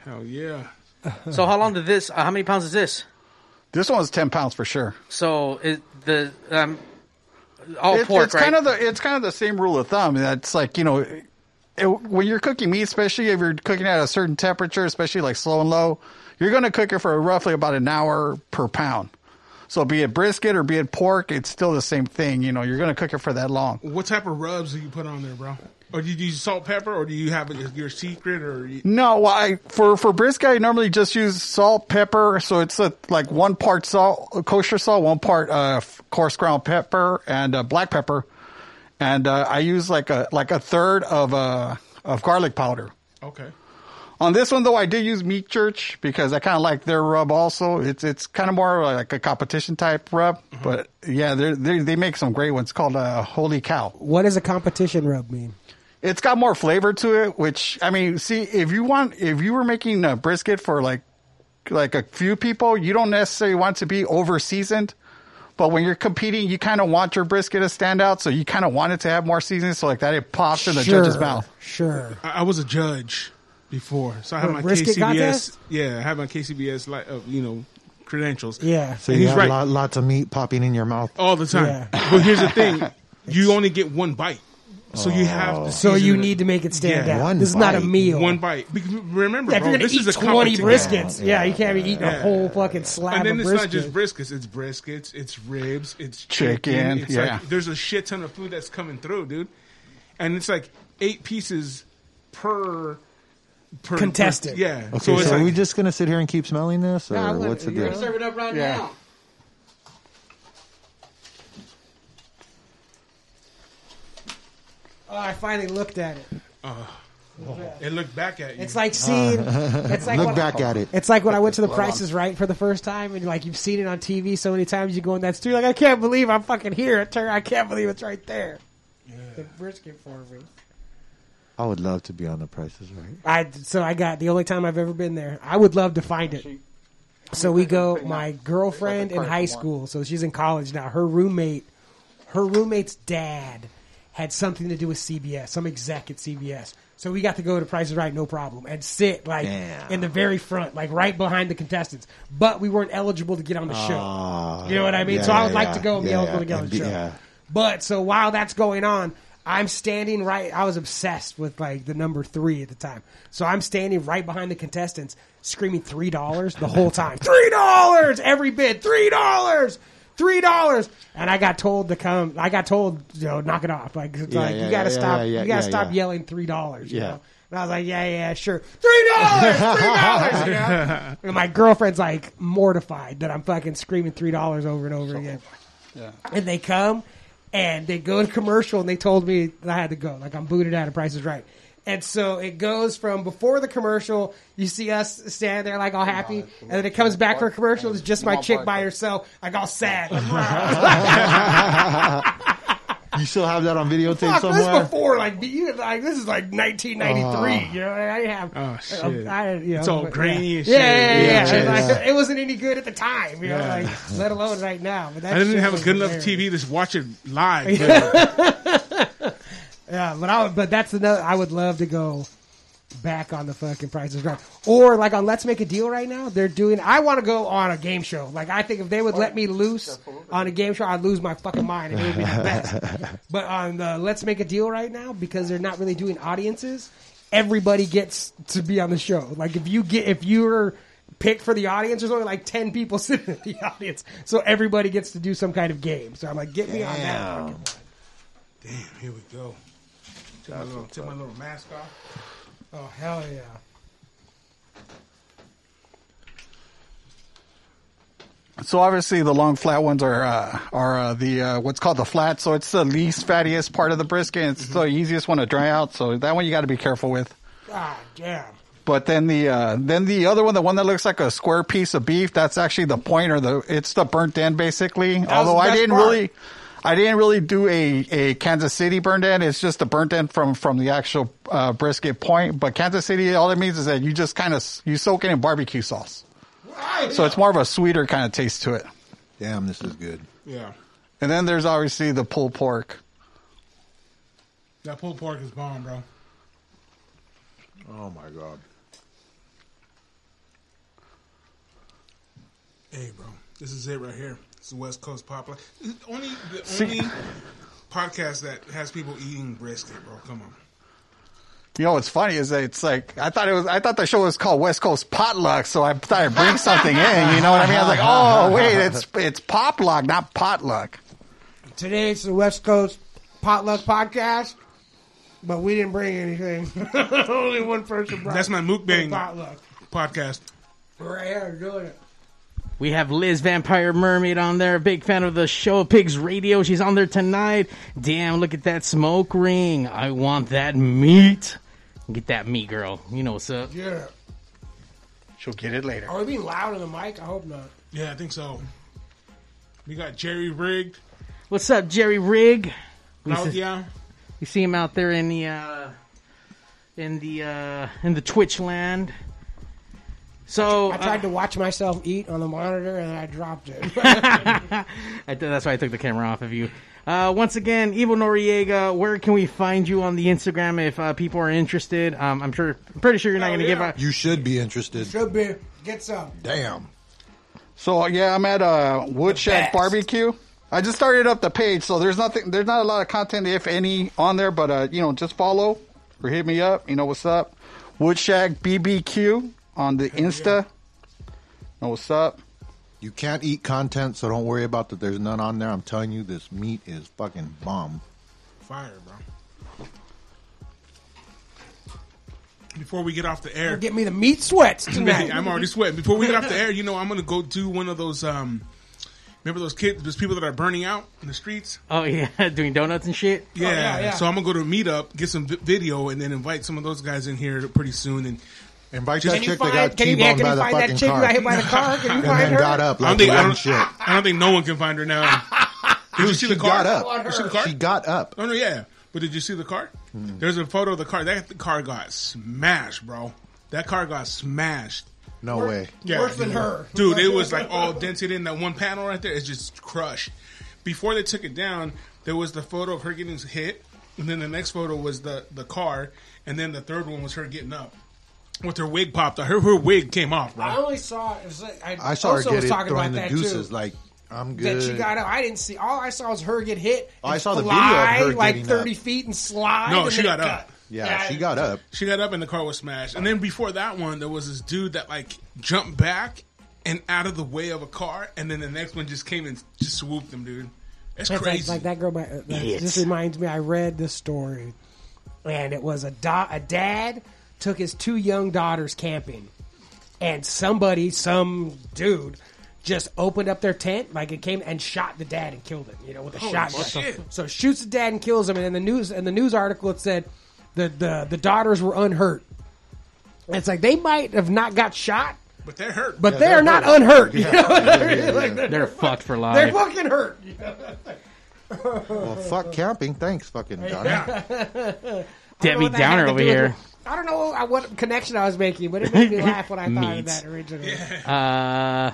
C: Hell yeah.
F: So how long did this? Uh, how many pounds is this?
E: This one's ten pounds for sure.
F: So is the um, all
E: It-
F: Oh, pork,
E: it's
F: right?
E: kind of the it's kind of the same rule of thumb. That's like you know, it, when you're cooking meat, especially if you're cooking at a certain temperature, especially like slow and low, you're going to cook it for roughly about an hour per pound. So be it brisket or be it pork, it's still the same thing. You know, you're going to cook it for that long.
C: What type of rubs do you put on there, bro? Or do you use salt, pepper, or do you have it- your secret? Or you,
E: No, well, I for for brisket, I normally just use salt, pepper. So it's a, like one part salt, kosher salt, one part uh, f- coarse ground pepper, and uh, black pepper, and uh, I use like a like a third of uh, of garlic powder.
C: okay.
E: On this one though, I did use Meat Church because I kind of like their rub. Also, it's it's kind of more like a competition type rub, but yeah, they're, they they make some great ones called uh, Holy Cow
B: What does a competition rub mean?
E: it's got more flavor to it which i mean see if you want if you were making a brisket for like like a few people you don't necessarily want to be over seasoned but when you're competing you kind of want your brisket to stand out so you kind of want it to have more seasoning so like that it pops in the judge's mouth
B: Sure.
C: I, I was a judge before, so I have
B: What,
C: my
B: brisket
C: KCBS.
B: contest?
C: Yeah, I have my KCBS, like uh, you know, credentials.
B: Yeah.
D: So
C: And
D: you
C: he's
D: have
C: right.
D: lot, lots of meat popping in your mouth.
F: Oh,
C: all the time.
B: Yeah.
C: But here's the thing: you only get one bite, so you have to.
B: Oh. So
C: season
B: you
C: it.
B: need to make it stand
C: Yeah.
B: out.
D: One
B: this is not a
D: bite.
B: meal.
C: one bite. Because remember,
B: Oh. Yeah, if
C: bro,
B: you're gonna
C: this
B: eat
C: is a
B: 20
C: competition.
B: briskets, yeah, you can't be eating a
C: Yeah.
B: whole fucking slab
C: And then
B: of
C: it's
B: brisket.
C: not just briskets; it's briskets, it's ribs, it's
E: Chicken,
C: chicken. It's
E: yeah.
C: like, there's a shit ton of food that's coming through, dude. And it's like eight pieces per. Per,
B: Contestant.
C: per- yeah.
D: Okay, so,
C: it's
D: are
C: like,
D: we just gonna sit here and keep smelling this, or
B: Nah, let-
D: what's the
B: you're
D: deal?
B: gonna
F: Serve it up right
E: Yeah.
F: now.
B: oh, I finally looked at it.
C: it looked back at you.
B: It's like seeing.
C: Uh-huh.
B: it's like
D: Look
B: when-
D: back at it.
B: It's like when I went to the prices right for the first time, and like you've seen it on TV so many times, you go in that street like I can't believe I'm fucking here. It turned, I can't believe it's right there. The brisket for me.
D: I would love to be on the prices, right?
B: I so I got the only time I've ever been there. I would love to find it. So we go. My girlfriend in high school, so she's in college now. Her roommate, her roommate's dad had something to do with CBS, some exec at CBS. So we got to go to Price is Right, no problem, and sit like
D: Damn.
B: in the very front, like right behind the contestants. But we weren't eligible to get on the
D: Ah,
B: show. You know what I mean?
D: yeah,
B: so I would
D: yeah,
B: like
D: yeah.
B: to go and be
D: Yeah,
B: eligible
D: yeah,
B: to get on
D: and
B: the
D: be-
B: show.
D: yeah.
B: But so while that's going on, I'm standing right. I was obsessed with like the number three at the time. So I'm standing right behind the contestants, screaming three dollars the whole time. Three dollars every bid. Three dollars. Three dollars. And I got told to come. I got told, you know, knock it off. Like, it's
D: Yeah,
B: like
D: yeah,
B: you got to
D: yeah,
B: stop.
D: yeah, yeah,
B: you got to
D: yeah,
B: stop
D: yeah.
B: yelling three dollars. You
D: Yeah.
B: know? And I was like, yeah, yeah, sure. Three dollars, three dollars. You know? And my girlfriend's like mortified that I'm fucking screaming three dollars over and over again and they come and they go to commercial and they told me that I had to go. Like I'm booted out of Price is Right. And so it goes from before the commercial, you see us stand there like all happy, and then it comes back for commercial. It's just my chick by herself, like all sad. Like,
D: You still have that on videotape
B: Fuck, this is
D: somewhere?
B: before like you like this is like 1993. you know, I didn't have. um,
C: Oh, shit.
B: I, you know,
C: It's all
B: but,
C: grainy
B: yeah.
C: and
B: Yeah,
C: shit.
B: yeah, yeah.
D: Yeah,
B: It's
D: yeah.
B: like, It wasn't any good at the time, you know,
C: Yeah.
B: like let alone right now. But that
C: I didn't
B: shit
C: have a
B: was
C: good enough
B: hilarious.
C: TV to watch it live.
B: Uh, Yeah, but I would- but that's another. I would love to go back on the fucking prices drop. Or like on Let's Make a Deal right now, they're doing. I want to go on a game show. Like I think if they would let me loose on a game show, I'd lose my fucking mind. and It would be the best. but on the Let's Make a Deal right now, because they're not really doing audiences, everybody gets to be on the show. Like if you get if you're picked for the audience, there's only like ten people sitting in the audience, so everybody gets to do some kind of game. So I'm like, get me on that.
D: Damn.
B: fucking one.
C: Damn, here we go. Take my little, take my little mask off.
B: Oh hell yeah.
E: So obviously the long flat ones are uh, are uh, the uh, what's called the flat. So it's the least fattiest part of the brisket. and It's the easiest one to dry out. So that one you got to be careful with.
B: God damn.
E: But then the uh, then the other one, the one that looks like a square piece of beef, that's actually the pointer. The it's the burnt end basically.
B: was
E: Although
B: the
E: I
B: best
E: didn't
B: part.
E: really, I didn't really do a, a Kansas City burnt end. It's just the burnt end from from the actual uh, brisket point. But Kansas City, all it means is that you just kind of you soak it in barbecue sauce, so it's more of a sweeter kind of taste to it.
G: Damn, this is good.
C: Yeah.
E: And then there's obviously the pulled pork.
C: That pulled pork is bomb, bro.
G: Oh my god.
C: Hey, bro, this is it right here. It's the West Coast Pop. Life. This is Only the
E: See-
C: only podcast that has people eating brisket, bro. Come on.
E: You know what's funny is that it's like I thought it was I thought the show was called West Coast Potluck, so I thought I'd bring something in. You know what I mean? I was like, oh wait, it's it's popluck, not potluck.
B: Today it's the West Coast Potluck Podcast, but we didn't bring anything. Only one person brought.
C: That's my
B: the
C: mukbang
B: potluck.
C: podcast.
B: We're right here doing it.
F: We have Liz Vampire Mermaid on there, big fan of the show Pigs Radio. She's on there tonight. Damn, look at that smoke ring. I want that meat. Get that meat, girl. You know what's up.
B: Yeah.
E: She'll get it later.
B: Are we being loud on the mic? I hope not.
C: Yeah, I think so. We got Jerry rigged.
F: What's up, Jerry Rigg? We see,
C: Claudia.
F: we see him out there in the uh, in the uh, in the Twitch land. So
B: I
F: uh,
B: tried to watch myself eat on the monitor and I dropped it.
F: I th- that's why I took the camera off of you. Uh, once again, Evil Noriega, where can we find you on the Instagram if uh, people are interested? Um, I'm sure, I'm pretty sure you're not
C: Hell
F: going to give
C: yeah.
F: out.
G: You should be interested.
B: Should be. Get some.
G: Damn.
E: So yeah, I'm at uh, Woodshed
B: best.
E: Barbecue. I just started up the page, so there's nothing, there's not a lot of content, if any, on there. But uh, you know, just follow or hit me up. You know what's up, Woodshack BBQ on the Insta. Know what's up?
G: You can't eat content, so don't worry about that. There's none on there. I'm telling you, this meat is fucking bomb.
C: Fire, bro. Before we get off the air,
B: Get me the meat sweats
C: Hey,
B: tonight.
C: I'm already sweating. Before we get off the air, you know, I'm gonna go do one of those. um Remember those kids, those people that are burning out in the streets?
F: Oh yeah, doing donuts and shit.
C: Yeah.
B: yeah, yeah.
C: So I'm gonna go to a meetup, get some vi- video, and then invite some of those guys in here pretty soon. And
G: Invite that
B: Can you
G: chick
B: find,
G: that got
B: can you,
G: T-boned
B: yeah, can
G: by
B: you
G: the
B: find that
G: fucking
B: chick who
G: car
B: got hit by the car? Can you
G: and
B: find
G: then
B: her?
G: got up
C: I don't
G: like
C: think
G: you
C: I
G: done
C: don't,
G: shit.
C: I don't think no one can find her now. Did you see the
G: She
C: car?
G: got
B: Oh,
G: up.
C: You see the car?
G: She got Hmm. up.
C: Oh no, yeah. But did you see the car? There's a photo of the car. That car got smashed, bro. That car got smashed.
G: No way.
C: Yeah,
B: Worse than
C: dude.
B: her.
C: dude. It was like all dented in that one panel right there. It's just crushed. Before they took it down, there was the photo of her getting hit, and then the next photo was the the car, and then the third one was her getting up with her wig popped. Her her wig came off,
B: I
C: bro.
B: only saw. It was like, I,
G: I saw her
B: also
G: get
B: was
G: it
B: talking
G: throwing
B: about
G: the
B: that
G: deuces.
B: too.
G: Like I'm good. Oh,
B: that she got up. I didn't see. All I saw was her get hit.
G: I
B: and
G: saw the
B: fly,
G: video of her
B: like
G: getting
B: thirty
G: up.
B: feet and slide.
C: No,
B: and
C: she
B: then
C: got up.
B: cut.
G: yeah, she got up.
C: She got up and the car was smashed. And then before that one, there was this dude that like jumped back and out of the way of a car, and then the next one just came and just swooped him, dude. That's
B: It's
C: crazy.
B: like, like that girl. By, uh, that- this reminds me. I read this story, and it was a da- a dad took his two young daughters camping, and somebody, some dude, just opened up their tent like it came and shot the dad and killed him. You know, with a shotgun.
C: shit.
B: So shoots the dad and kills him. And in the news, in the news article, it said the the the daughters were unhurt. It's like they might have not got shot,
C: But that hurt.
B: but they're, not unhurt. You know?
F: They're fucked for life.
B: they're fucking hurt.
G: Well, fuck camping. Thanks, fucking Donnie.
F: Debbie
B: what that had
F: Downer
B: to
F: over
B: do with
F: here.
B: it. I don't know uh, what connection I was making, but it made me laugh when I thought
F: Meat.
B: of that originally.
F: Uh,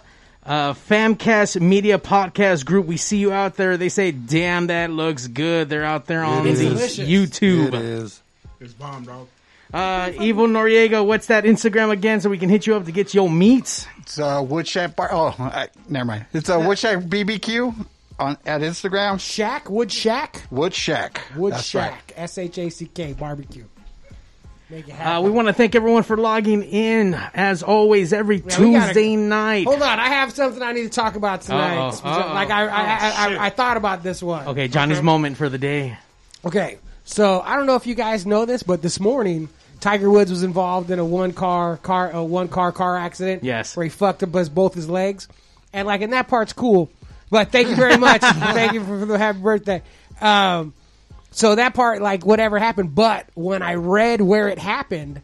F: uh, Famcast Media Podcast Group. We see you out there. They say, "Damn, that looks good." They're out there on
G: is.
F: the
B: Delicious.
G: It
F: YouTube.
G: is.
C: It's bomb, dog.
F: Uh, Evil Noriega, what's that Instagram again so we can hit you up to get your meats?
E: It's uh, Woodshack Bar. Oh, I, never mind. It's uh, Woodshack BBQ on at Instagram.
B: Shack, Wood Shack,
E: Woodshack.
B: Wood
E: That's right.
B: Shack, S H A C K barbecue. Make it
F: Uh,
B: happen.
F: we want to thank everyone for logging in, as always, every
B: we gotta-
F: Tuesday night.
B: Hold on, I have something I need to talk about tonight.
F: Uh-oh, uh-oh.
B: Like I, I, I, I, I thought about this one.
F: Okay, Johnny's moment for the day.
B: Okay, so I don't know if you guys know this, but this morning Tiger Woods was involved in a one car car a one car car accident.
F: Yes.
B: where he fucked up his, both his legs, and like, and that part's cool. But thank you very much. thank you for, for the happy birthday. Um, so that part, like, whatever happened. But when I read where it happened,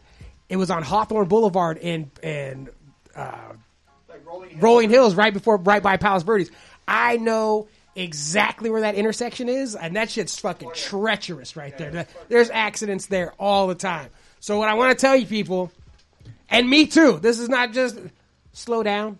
B: it was on Hawthorne Boulevard in in Rolling Hills right before right by Palos Verdes. I know exactly where that intersection is, and that shit's fucking treacherous right there. There's accidents there all the time. So what I want to tell you people, and me too, this is not just slow down.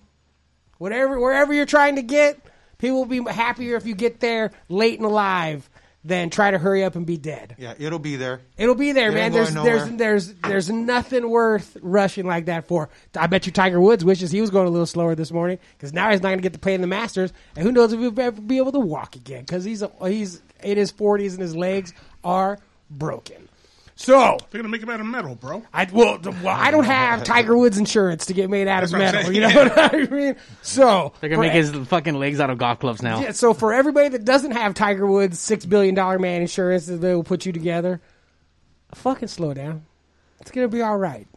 B: Whatever wherever you're trying to get, people will be happier if you get there late and alive than try to hurry up and be dead.
D: Yeah, it'll be there.
B: It'll be there,
D: It
B: man.
D: ain't
B: There's
D: going
B: there's
D: nowhere.
B: there's there's nothing worth rushing like that for. I bet you Tiger Woods wishes he was going a little slower this morning because now he's not going to get to play in the Masters, and who knows if he'll ever be able to walk again because he's he's in his 40s and his legs are broken. So
C: They're gonna make him out of metal, bro.
B: I well, the- well, I don't have Tiger Woods insurance to get made out of
C: That's what I'm
B: metal.
C: saying.
B: You know what I mean? So
F: They're
B: for-
F: gonna
B: e-
F: make his fucking legs out of golf clubs now.
B: yeah, so for everybody that doesn't have Tiger Woods six billion dollar man insurance that they will put you together, fucking slow down. It's gonna be all right.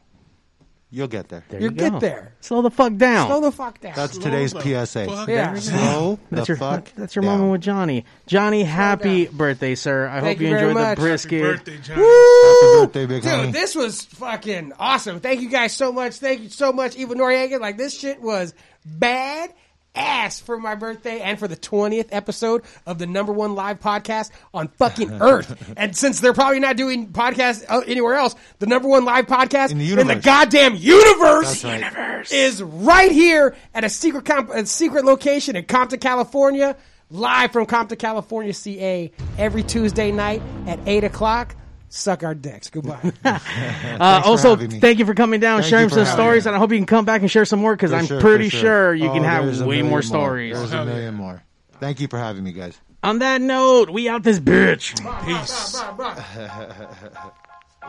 D: You'll get there.
F: There
B: You'll
F: you
B: get
F: go.
B: there.
F: Slow the fuck down.
B: Slow the fuck down.
D: That's today's PSA.
C: Fuck.
B: yeah.
D: Slow
F: that's
D: the
F: your
D: fuck.
F: that's your
D: down.
F: moment with Johnny. Johnny, happy birthday, sir! I
B: Thank
F: hope you,
B: you very
F: enjoy the
B: much.
C: Happy
F: brisket.
C: birthday, John.
B: Woo!
D: Birthday, big homie.
B: Dude, this was fucking awesome. Thank you guys so much. Thank you so much, Eva Noriega. Like this shit was bad ass for my birthday and for the 20th episode of the number one live podcast on fucking earth. and since they're probably not doing podcasts uh, anywhere else, the number one live podcast
D: In the universe.
B: goddamn universe,
D: That's right.
B: universe is right here at a secret comp- a secret location in Compton, California. Live from Compton, California, CA, every Tuesday night at eight o'clock. Suck our dicks. Goodbye.
F: Uh,
D: for
F: also,
D: having me.
F: thank you for coming down,
D: Thank
F: sharing
D: you for
F: some
D: having
F: stories,
D: me.
F: and I hope you can come back and share some more because
D: For
F: I'm
D: sure, for
F: pretty sure, you
D: Oh,
F: can have
D: there's a
F: way
D: million
F: more stories.
D: There's a million more. Thank you for having me, guys.
F: On that note, we out this bitch.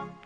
C: Peace.